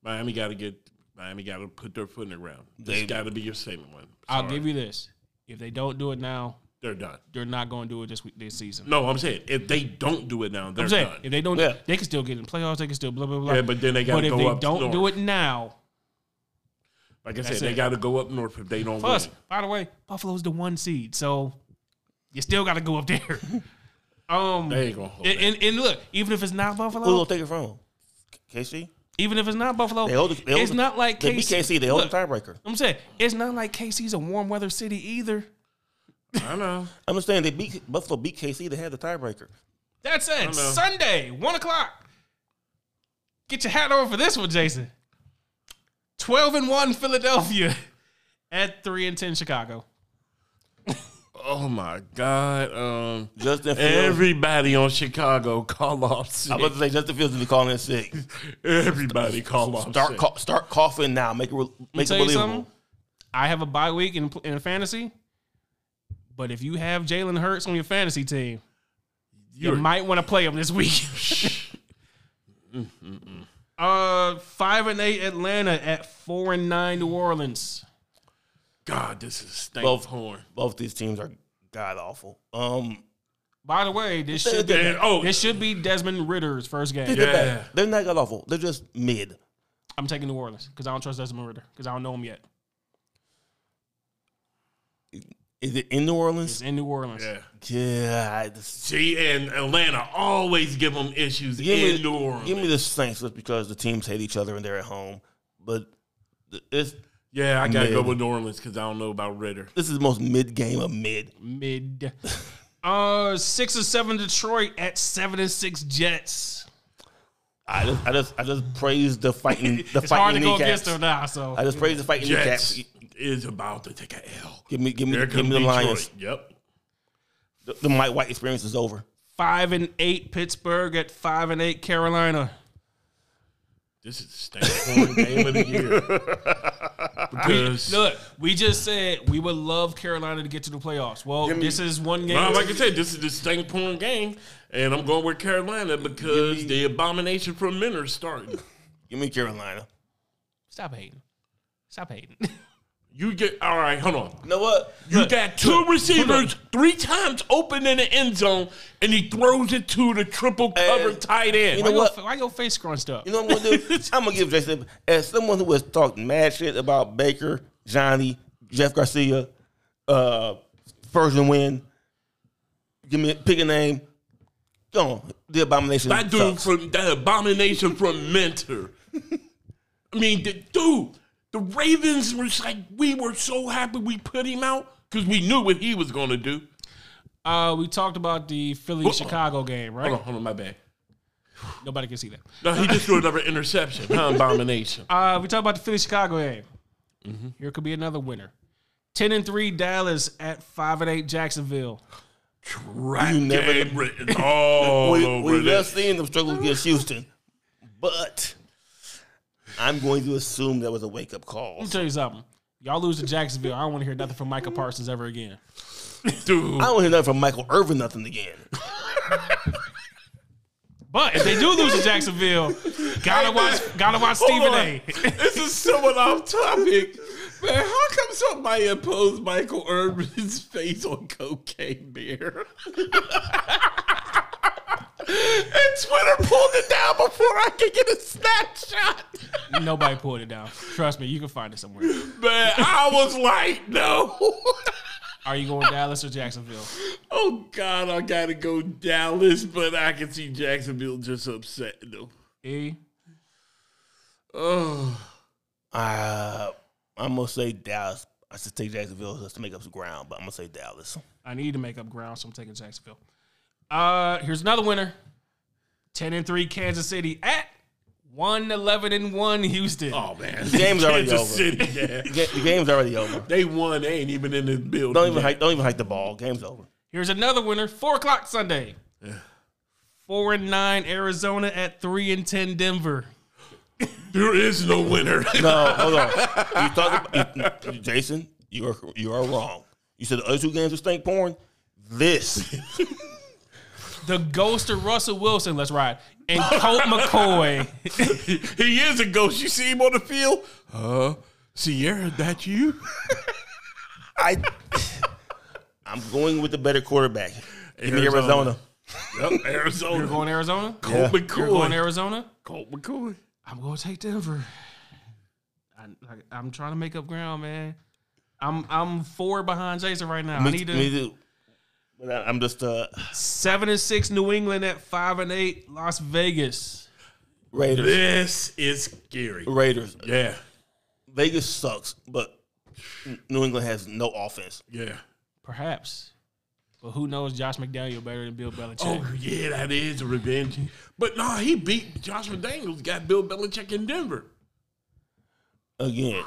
Speaker 3: Miami got to get. Miami got to put their foot in the ground.
Speaker 2: They-
Speaker 3: It's got to be your statement one.
Speaker 1: I'll give you this. If they don't do it now,
Speaker 3: They're done.
Speaker 1: they're not going to do it this week, this season.
Speaker 3: No, I'm saying if they don't do it now, they're
Speaker 1: I'm saying
Speaker 3: done.
Speaker 1: if they don't,
Speaker 2: Yeah.
Speaker 1: they can still get in playoffs. They can still blah blah blah.
Speaker 3: Yeah, but then they gotta
Speaker 1: But if
Speaker 3: go
Speaker 1: they
Speaker 3: up
Speaker 1: don't
Speaker 3: north.
Speaker 1: do it now,
Speaker 3: like I said,
Speaker 1: That's
Speaker 3: they
Speaker 1: it.
Speaker 3: got to go up north if they don't
Speaker 1: plus
Speaker 3: win.
Speaker 1: by the way, Buffalo's the one seed, so you still got to go up there. um,
Speaker 3: They ain't gonna hold
Speaker 1: and,
Speaker 3: it.
Speaker 1: and, and look, even if it's not
Speaker 2: Who
Speaker 1: Buffalo,
Speaker 2: will take it from? them? KC.
Speaker 1: even if it's not Buffalo,
Speaker 2: They hold. The, they hold
Speaker 1: it's
Speaker 2: the-
Speaker 1: not like
Speaker 2: they
Speaker 1: KC.
Speaker 2: beat KC. They hold
Speaker 1: Look,
Speaker 2: the tiebreaker.
Speaker 1: I'm saying it's not like KC's a warm weather city either.
Speaker 3: I know.
Speaker 2: I'm just saying they beat Buffalo beat KC. They had the tiebreaker.
Speaker 1: That's it.
Speaker 3: know.
Speaker 1: Sunday, one o'clock. Get your hat on for this one, Jason. Twelve and one Philadelphia at three and ten Chicago.
Speaker 3: Oh my God. Um,
Speaker 2: Justin Fields.
Speaker 3: everybody on Chicago call off
Speaker 2: I
Speaker 3: sick.
Speaker 2: was about to say Justin Fields is calling in sick.
Speaker 3: Everybody call off
Speaker 2: Start
Speaker 3: sick.
Speaker 2: cou- start coughing now. Make it re- make it
Speaker 1: tell you
Speaker 2: believable.
Speaker 1: something. I have a bye week in in fantasy, but if you have Jalen Hurts on your fantasy team, you
Speaker 3: You're-
Speaker 1: might want to play him this week. uh, five and eight Atlanta at four and nine New Orleans.
Speaker 3: God, this is stank
Speaker 2: Both-
Speaker 3: horn.
Speaker 2: Both these teams are god awful. Um,
Speaker 1: By the way, this should be,
Speaker 3: Yeah, oh,
Speaker 1: this should be Desmond Ritter's first game.
Speaker 2: they're bad.
Speaker 3: Yeah.
Speaker 2: they're not god awful. They're just mid.
Speaker 1: I'm taking New Orleans because I don't trust Desmond Ritter because I don't know him yet.
Speaker 2: Is it in
Speaker 1: It's
Speaker 2: New Orleans?
Speaker 1: in New Orleans.
Speaker 3: yeah.
Speaker 2: Yeah, I just-
Speaker 3: See, and Atlanta always give them issues in New Orleans.
Speaker 2: Give me the Saints just because the teams hate each other and they're at home. But th- it's
Speaker 3: yeah, I gotta go
Speaker 2: Man.
Speaker 3: with New Orleans because I don't know about Ritter.
Speaker 2: this is the most mid game of mid.
Speaker 1: Mid. uh, six and seven Detroit at seven and six Jets.
Speaker 2: I just I just I just praise the fighting the
Speaker 1: It's hard to
Speaker 2: fighting
Speaker 1: go
Speaker 2: kneecaps.
Speaker 1: against them now. So
Speaker 2: I just praise the fighting
Speaker 3: Jets
Speaker 2: kneecaps.
Speaker 3: is about to take a L.
Speaker 2: Give me give me
Speaker 3: There
Speaker 2: give
Speaker 3: comes
Speaker 2: me the
Speaker 3: Detroit.
Speaker 2: Lions.
Speaker 3: Yep.
Speaker 2: The, the Mike White experience is over.
Speaker 1: five and eight Pittsburgh at five and eight Carolina.
Speaker 3: This is stank horn game of the year. Because
Speaker 1: Look, we just said we would love Carolina to get to the playoffs. Well, this is one game.
Speaker 3: Nah, like I said, this is the stank porn game, and I'm going with Carolina because the abomination from men are starting.
Speaker 2: Give me Carolina.
Speaker 1: Stop hating. Stop hating.
Speaker 3: You get all right. Hold on.
Speaker 2: You know what?
Speaker 3: You got two receivers three times open in the end zone, and he throws it to the triple cover
Speaker 2: And-
Speaker 3: tight end.
Speaker 2: You
Speaker 1: why,
Speaker 2: know
Speaker 1: your,
Speaker 2: what?
Speaker 1: why your face scrunched up?
Speaker 2: You know what I'm gonna do? I'm gonna give Jason as someone who has talked mad shit about Baker, Johnny, Jeff Garcia, uh Ferguson win. Give me pick a name. Go on. The abomination.
Speaker 3: that dude
Speaker 2: sucks.
Speaker 3: from that abomination from Mentor. I mean, the, dude, the Ravens were like, we were so happy we put him out because we knew what he was going to do.
Speaker 1: Uh, we talked about the Philly Chicago game,
Speaker 3: Hold
Speaker 1: right?
Speaker 3: on, hold on, my bad.
Speaker 1: Nobody can see that.
Speaker 3: No, he just threw another interception. Huh, abomination.
Speaker 1: Uh, we talk about the Philly Chicago game. Here could be another winner. Ten and three Dallas at five and eight Jacksonville.
Speaker 3: Trap
Speaker 2: You never-
Speaker 3: game written all
Speaker 2: we,
Speaker 3: over
Speaker 2: we
Speaker 3: this.
Speaker 2: just seen them struggle against Houston. But I'm going to assume that was a wake up call.
Speaker 1: Let me tell you something. Y'all lose to Jacksonville. I don't want to hear nothing from Micah Parsons ever again.
Speaker 3: Dude,
Speaker 2: I don't hear nothing from Michael Irvin nothing again.
Speaker 1: But if they do lose to Jacksonville, gotta watch, gotta watch Stephen
Speaker 3: Hold
Speaker 1: A.
Speaker 3: on. this is somewhat off topic. Man, how come somebody opposed Michael Irvin's face on cocaine beer? and Twitter pulled it down before I could get a snapshot.
Speaker 1: Nobody pulled it down. Trust me, you can find it somewhere.
Speaker 3: Man, I was like, no.
Speaker 1: Are you going Dallas or Jacksonville?
Speaker 3: oh, God, I got to go Dallas, but I can see Jacksonville just upset, though.
Speaker 1: E.
Speaker 3: Oh.
Speaker 2: Uh, I'm gonna say Dallas. I should take Jacksonville just to make up some ground, but I'm gonna say Dallas.
Speaker 1: I need to make up ground, so I'm taking Jacksonville. Uh, here's another winner: ten and three Kansas City at one eleven and one Houston.
Speaker 3: Oh man,
Speaker 2: game's already
Speaker 3: Kansas
Speaker 2: over.
Speaker 3: City, yeah.
Speaker 2: Ga- The game's already over.
Speaker 3: They won. They ain't even in this building.
Speaker 2: Don't even
Speaker 3: yet.
Speaker 2: hike, don't even hike the ball. Game's over.
Speaker 1: Here's another winner: four o'clock Sunday. Four and nine Arizona at three and ten Denver.
Speaker 3: There is no winner.
Speaker 2: No, hold on. You talked about, you- Jason. You are you are wrong. You said the other two games were stink porn. This
Speaker 1: The ghost of Russell Wilson, let's ride. And Colt McCoy.
Speaker 3: he is a ghost. You see him on the field? Uh, Sierra, that you?
Speaker 2: I I'm going with the better quarterback. Give me
Speaker 3: Arizona.
Speaker 2: Arizona.
Speaker 3: Yep, Arizona.
Speaker 1: You're going Arizona?
Speaker 3: Colt
Speaker 2: Yeah.
Speaker 1: You're going
Speaker 3: McCoy.
Speaker 1: Arizona?
Speaker 3: Colt McCoy.
Speaker 1: I'm going to take Denver. I, I, I'm trying to make up ground, man. I'm I'm four behind Jason right now. I
Speaker 2: Me,
Speaker 1: need to
Speaker 2: me too. But I, I'm just uh,
Speaker 1: seven and six New England at five and eight Las Vegas.
Speaker 2: Raiders.
Speaker 3: This is scary.
Speaker 2: Raiders.
Speaker 3: Yeah,
Speaker 2: Vegas sucks, but New England has no offense.
Speaker 3: yeah.
Speaker 1: Perhaps. But who knows Josh McDaniel better than Bill Belichick?
Speaker 3: Oh, yeah, that is revenge. But no, he beat Josh McDaniels, got Bill Belichick in Denver.
Speaker 2: Again,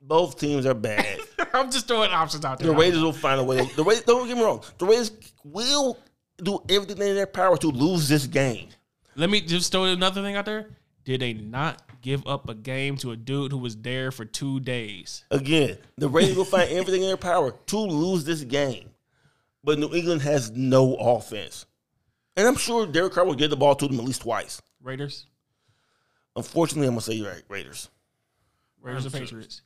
Speaker 2: both teams are bad.
Speaker 1: I'm just throwing options out there.
Speaker 2: The Raiders will find a way. The Raiders, don't get me wrong. The Raiders will do everything in their power to lose this game.
Speaker 1: Let me just throw another thing out there. Did they not give up a game to a dude who was there for two days?
Speaker 2: Again, the Raiders will find everything in their power to lose this game. But New England has no offense. And I'm sure Derek Carr will get the ball to them at least twice.
Speaker 1: Raiders,
Speaker 2: Unfortunately, I'm going to say Ra- Raiders.
Speaker 1: Raiders or Patriots?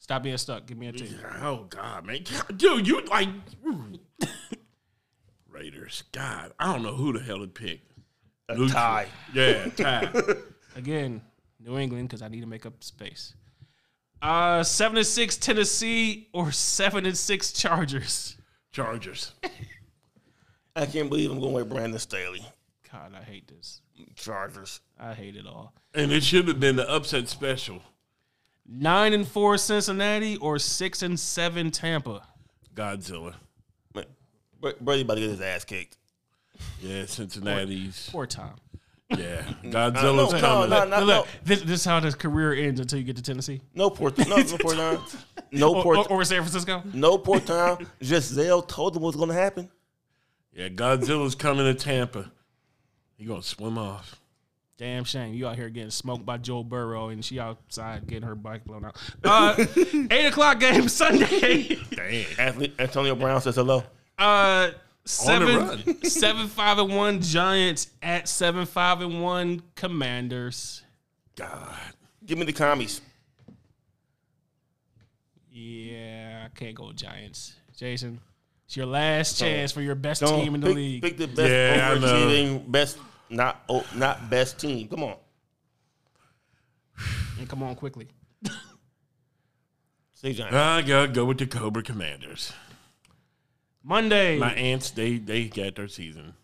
Speaker 1: Stop being stuck. Give me a team.
Speaker 3: Oh God, man, dude, you like ooh. Raiders? God, I don't know who the hell it picked.
Speaker 2: A
Speaker 3: Neutral.
Speaker 2: tie.
Speaker 3: Yeah, tie.
Speaker 1: Again, New England because I need to make up space. Uh, seven and six Tennessee or seven and six Chargers.
Speaker 3: Chargers.
Speaker 2: I can't believe I'm going with Brandon Staley.
Speaker 1: God, I hate this.
Speaker 2: Chargers.
Speaker 1: I hate it all.
Speaker 3: And it should have been the upset special.
Speaker 1: Nine and four Cincinnati or six and seven Tampa.
Speaker 3: Godzilla.
Speaker 2: Man, Br- Brady about to get his ass kicked.
Speaker 3: Yeah, Cincinnati's.
Speaker 1: Poor Tom.
Speaker 3: Yeah, Godzilla's
Speaker 2: no,
Speaker 3: coming.
Speaker 2: no, no,
Speaker 1: Look,
Speaker 2: no,
Speaker 1: this, this is how this career ends until you get to Tennessee
Speaker 2: no poor time. No, no poor time. No
Speaker 1: or,
Speaker 2: poor
Speaker 1: or- or San Francisco.
Speaker 2: No poor time. Giselle told them what's going to happen.
Speaker 3: Yeah, Godzilla's coming to Tampa. He gonna swim off.
Speaker 1: Damn shame. You out here getting smoked by Joe Burrow and she outside getting her bike blown out. Uh, eight o'clock game Sunday.
Speaker 3: Dang.
Speaker 2: Athlete, Antonio Brown says hello.
Speaker 1: Uh
Speaker 3: run.
Speaker 1: seven seven five and one Giants at seven five and one Commanders.
Speaker 3: God.
Speaker 2: Give me the commies.
Speaker 1: Yeah, I can't go Giants. Jason, it's your last chance for your best team in the
Speaker 2: pick,
Speaker 1: league.
Speaker 2: Pick the best
Speaker 3: Yeah, I know.
Speaker 2: overachieving, best not oh, not best team. Come on,
Speaker 1: And come on quickly.
Speaker 2: say Giants.
Speaker 3: I gotta Ah, go with the Cobra Commanders.
Speaker 1: Monday,
Speaker 3: My aunts, they they got their season.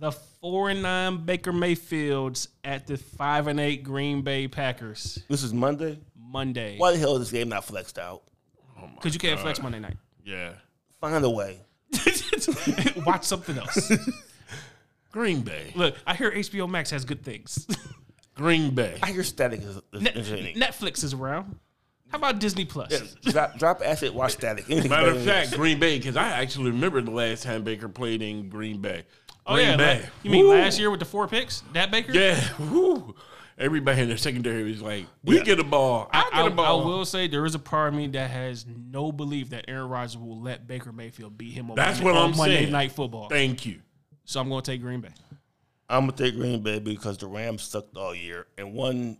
Speaker 1: the four and nine Baker Mayfields at the five and eight Green Bay Packers.
Speaker 2: This is Monday.
Speaker 1: Monday,
Speaker 2: Why the hell is this game not flexed out?
Speaker 1: because
Speaker 3: Oh
Speaker 1: you can't flex Monday night.
Speaker 3: Yeah.
Speaker 2: Find a way.
Speaker 1: Watch something else.
Speaker 3: Green Bay.
Speaker 1: Look, I hear HBO Max has good things.
Speaker 3: Green Bay.
Speaker 2: I hear static is, is
Speaker 1: Net-
Speaker 2: entertaining.
Speaker 1: Netflix is around. How about Disney Plus?
Speaker 2: drop, drop acid, watch static. Anything's
Speaker 3: Matter
Speaker 2: better
Speaker 3: of
Speaker 2: than
Speaker 3: fact, Green Bay, because I actually remember the last time Baker played in Green Bay.
Speaker 1: Oh
Speaker 3: Green
Speaker 1: yeah,
Speaker 3: Bay.
Speaker 1: like- you mean
Speaker 3: Woo.
Speaker 1: last year with the four picks? That Baker?
Speaker 3: Yeah. Woo. Everybody in their secondary was like, "We get a ball. I,
Speaker 1: I,
Speaker 3: get a
Speaker 1: I
Speaker 3: ball."
Speaker 1: will say there is a part of me that has no belief that Aaron Rodgers will let Baker Mayfield beat him on,
Speaker 3: That's
Speaker 1: Monday,
Speaker 3: what
Speaker 1: on
Speaker 3: I'm
Speaker 1: Monday
Speaker 3: saying.
Speaker 1: Night Football.
Speaker 3: Thank you.
Speaker 1: So I'm going to take Green Bay.
Speaker 2: I'm gonna take Green Bay because the Rams sucked all year, and one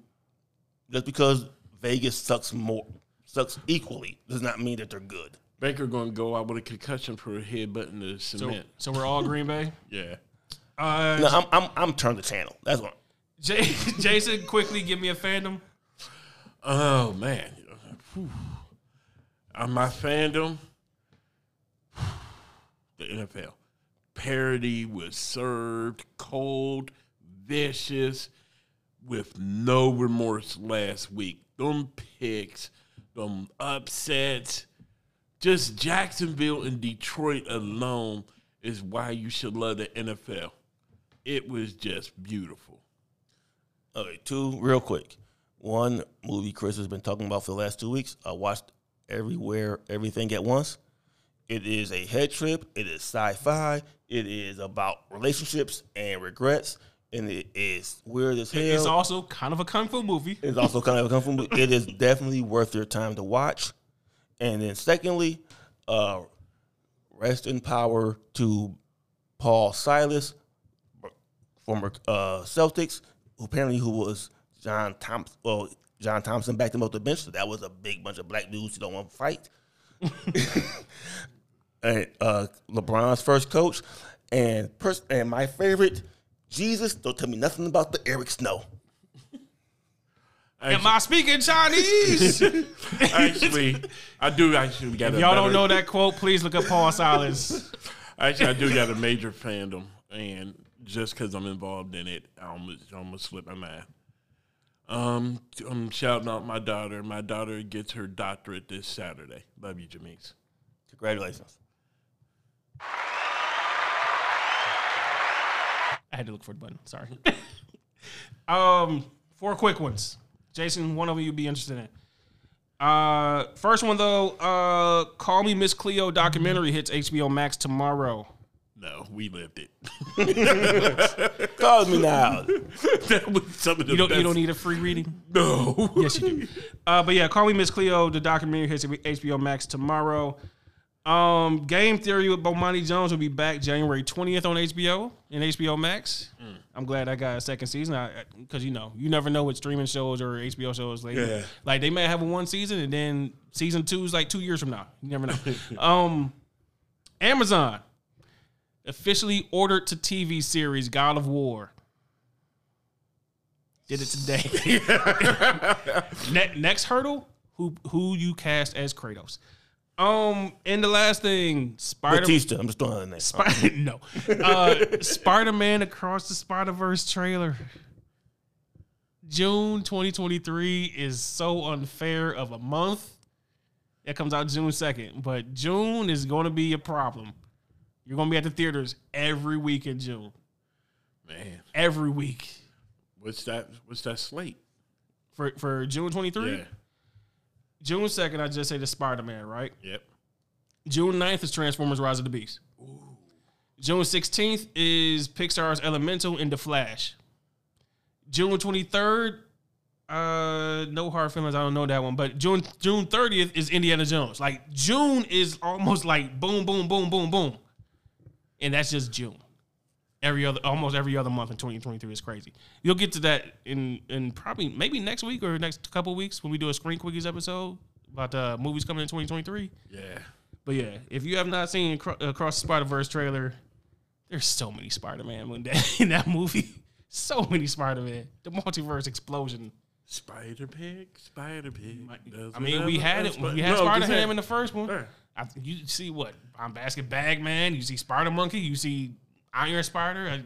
Speaker 2: just because Vegas sucks more sucks equally does not mean that they're good.
Speaker 3: Baker gonna go out with a concussion for a headbutt in the
Speaker 1: So,
Speaker 3: cement.
Speaker 1: so we're all Green Bay.
Speaker 3: yeah.
Speaker 1: Uh,
Speaker 2: No, I'm I'm I'm turning the channel. That's what.
Speaker 1: J- Jason, quickly give me a fandom.
Speaker 3: Oh man. Whew. Uh, my fandom, the NFL parody was served cold, vicious, with no remorse last week. Them picks, them upsets, just Jacksonville and Detroit alone is why you should love the NFL. It was just beautiful.
Speaker 2: Okay, two real quick. One movie Chris has been talking about for the last two weeks. I watched Everywhere, Everything at Once. It is a head trip. It is sci-fi. It is about relationships and regrets, and it is weird as hell.
Speaker 1: It's also kind of a kung fu movie.
Speaker 2: It's also kind of a kung fu movie. It is definitely worth your time to watch. And then secondly, uh, rest in power to Paul Silas, former uh, Celtics, who apparently who was John Thompson. Well, John Thompson backed him up the bench. So that was a big bunch of black dudes who don't want to fight. and uh, LeBron's first coach, and pers- and my favorite, Jesus. Don't tell me nothing about the Eric Snow.
Speaker 1: Am I speaking Chinese?
Speaker 3: Actually, I do actually got.
Speaker 1: If
Speaker 3: a
Speaker 1: y'all don't
Speaker 3: better-
Speaker 1: know that quote, please look up Paul Silence.
Speaker 3: Actually, I do got a major fandom, and just because I'm involved in it, I almost almost slipped my mind. Um, I'm shouting out my daughter. My daughter gets her doctorate this Saturday. Love you, Jamise.
Speaker 2: Congratulations.
Speaker 1: I had to look for the button. Sorry. um, four quick ones. Jason, one of you would be interested in. Uh, first one though. Uh, Call Me Miss Cleo documentary hits HBO Max tomorrow.
Speaker 3: No, we lived it.
Speaker 2: Call me now.
Speaker 3: that was some of the
Speaker 1: You don't.
Speaker 3: best.
Speaker 1: You don't e- need a free reading.
Speaker 3: no.
Speaker 1: Yes, you do. Uh, but yeah, Call Me Miss Cleo. The documentary hits HBO Max tomorrow. Um, Game Theory with Bomani Jones will be back January twentieth on HBO and HBO Max. I'm glad I got a second season because you know you never know with streaming shows or HBO shows later.
Speaker 3: Yeah.
Speaker 1: Like they may have a one season and then season two is like two years from now. You never know. um, Amazon officially ordered to TV series God of War. Did it today. Ne- next hurdle, who who you cast as Kratos. Um, and the last thing, Spider
Speaker 2: Batista. I'm just throwing that in there.
Speaker 1: Spi- no, uh, Spider Man Across the Spider Verse trailer. June 2023 is so unfair of a month. That comes out June 2nd, but June is going to be a problem. You're going to be at the theaters every week in June,
Speaker 3: Man,
Speaker 1: every week
Speaker 3: what's that? What's that slate?
Speaker 1: for for June 23.
Speaker 3: Yeah.
Speaker 1: June 2nd, I just say the Spider Man, right?
Speaker 3: Yep.
Speaker 1: June 9th is Transformers Rise of the Beast. June 16th is Pixar's Elemental and The Flash. June 23rd, uh, no hard feelings. I don't know that one, but June June 30th is Indiana Jones. Like June is almost like boom, boom, boom, boom, boom, and that's just June. Every other, almost every other month in 2023 is crazy. You'll get to that in in probably maybe next week or next couple weeks when we do a Screen Quickies episode about the movies coming in 2023.
Speaker 3: Yeah.
Speaker 1: But yeah, if you have not seen Acro- Across the Spider Verse trailer, there's so many Spider Man in that in that movie. So many Spider Man. The multiverse explosion.
Speaker 3: Spider pig. Spider pig.
Speaker 1: I mean, we had it. We had Spider Ham in the first one.
Speaker 3: Yeah.
Speaker 1: I, you see what? I'm Basket Bag Man. You see Spider Monkey. You see Iron Spider. uh,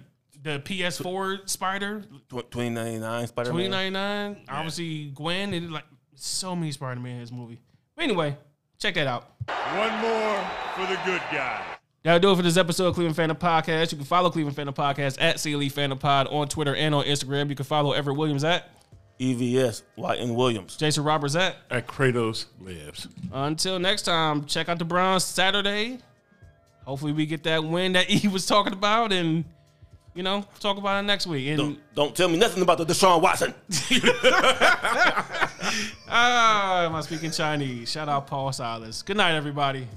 Speaker 1: the PS4 Spider.
Speaker 2: Tw- 2099 Spider
Speaker 1: Twenty ninety
Speaker 2: Man.
Speaker 1: nine. Obviously Gwen. And like so many Spider Man in this movie. But anyway, check that out.
Speaker 4: One more for the good guy.
Speaker 1: That'll do it for this episode of Cleveland Phantom Podcast. You can follow Cleveland Phantom Podcast at CLE Phantom Pod on Twitter and on Instagram. You can follow Everett Williams at
Speaker 2: E EVS. Whiten Williams.
Speaker 1: Jason Roberts at.
Speaker 3: At Kratos lives.
Speaker 1: Until next time, check out the Browns Saturday. Hopefully, we get that win that E was talking about, and you know, talk about it next week. And
Speaker 2: Don't, don't tell me nothing about the Deshaun Watson.
Speaker 1: ah, am I speaking Chinese? Shout out Paul Silas. Good night, everybody.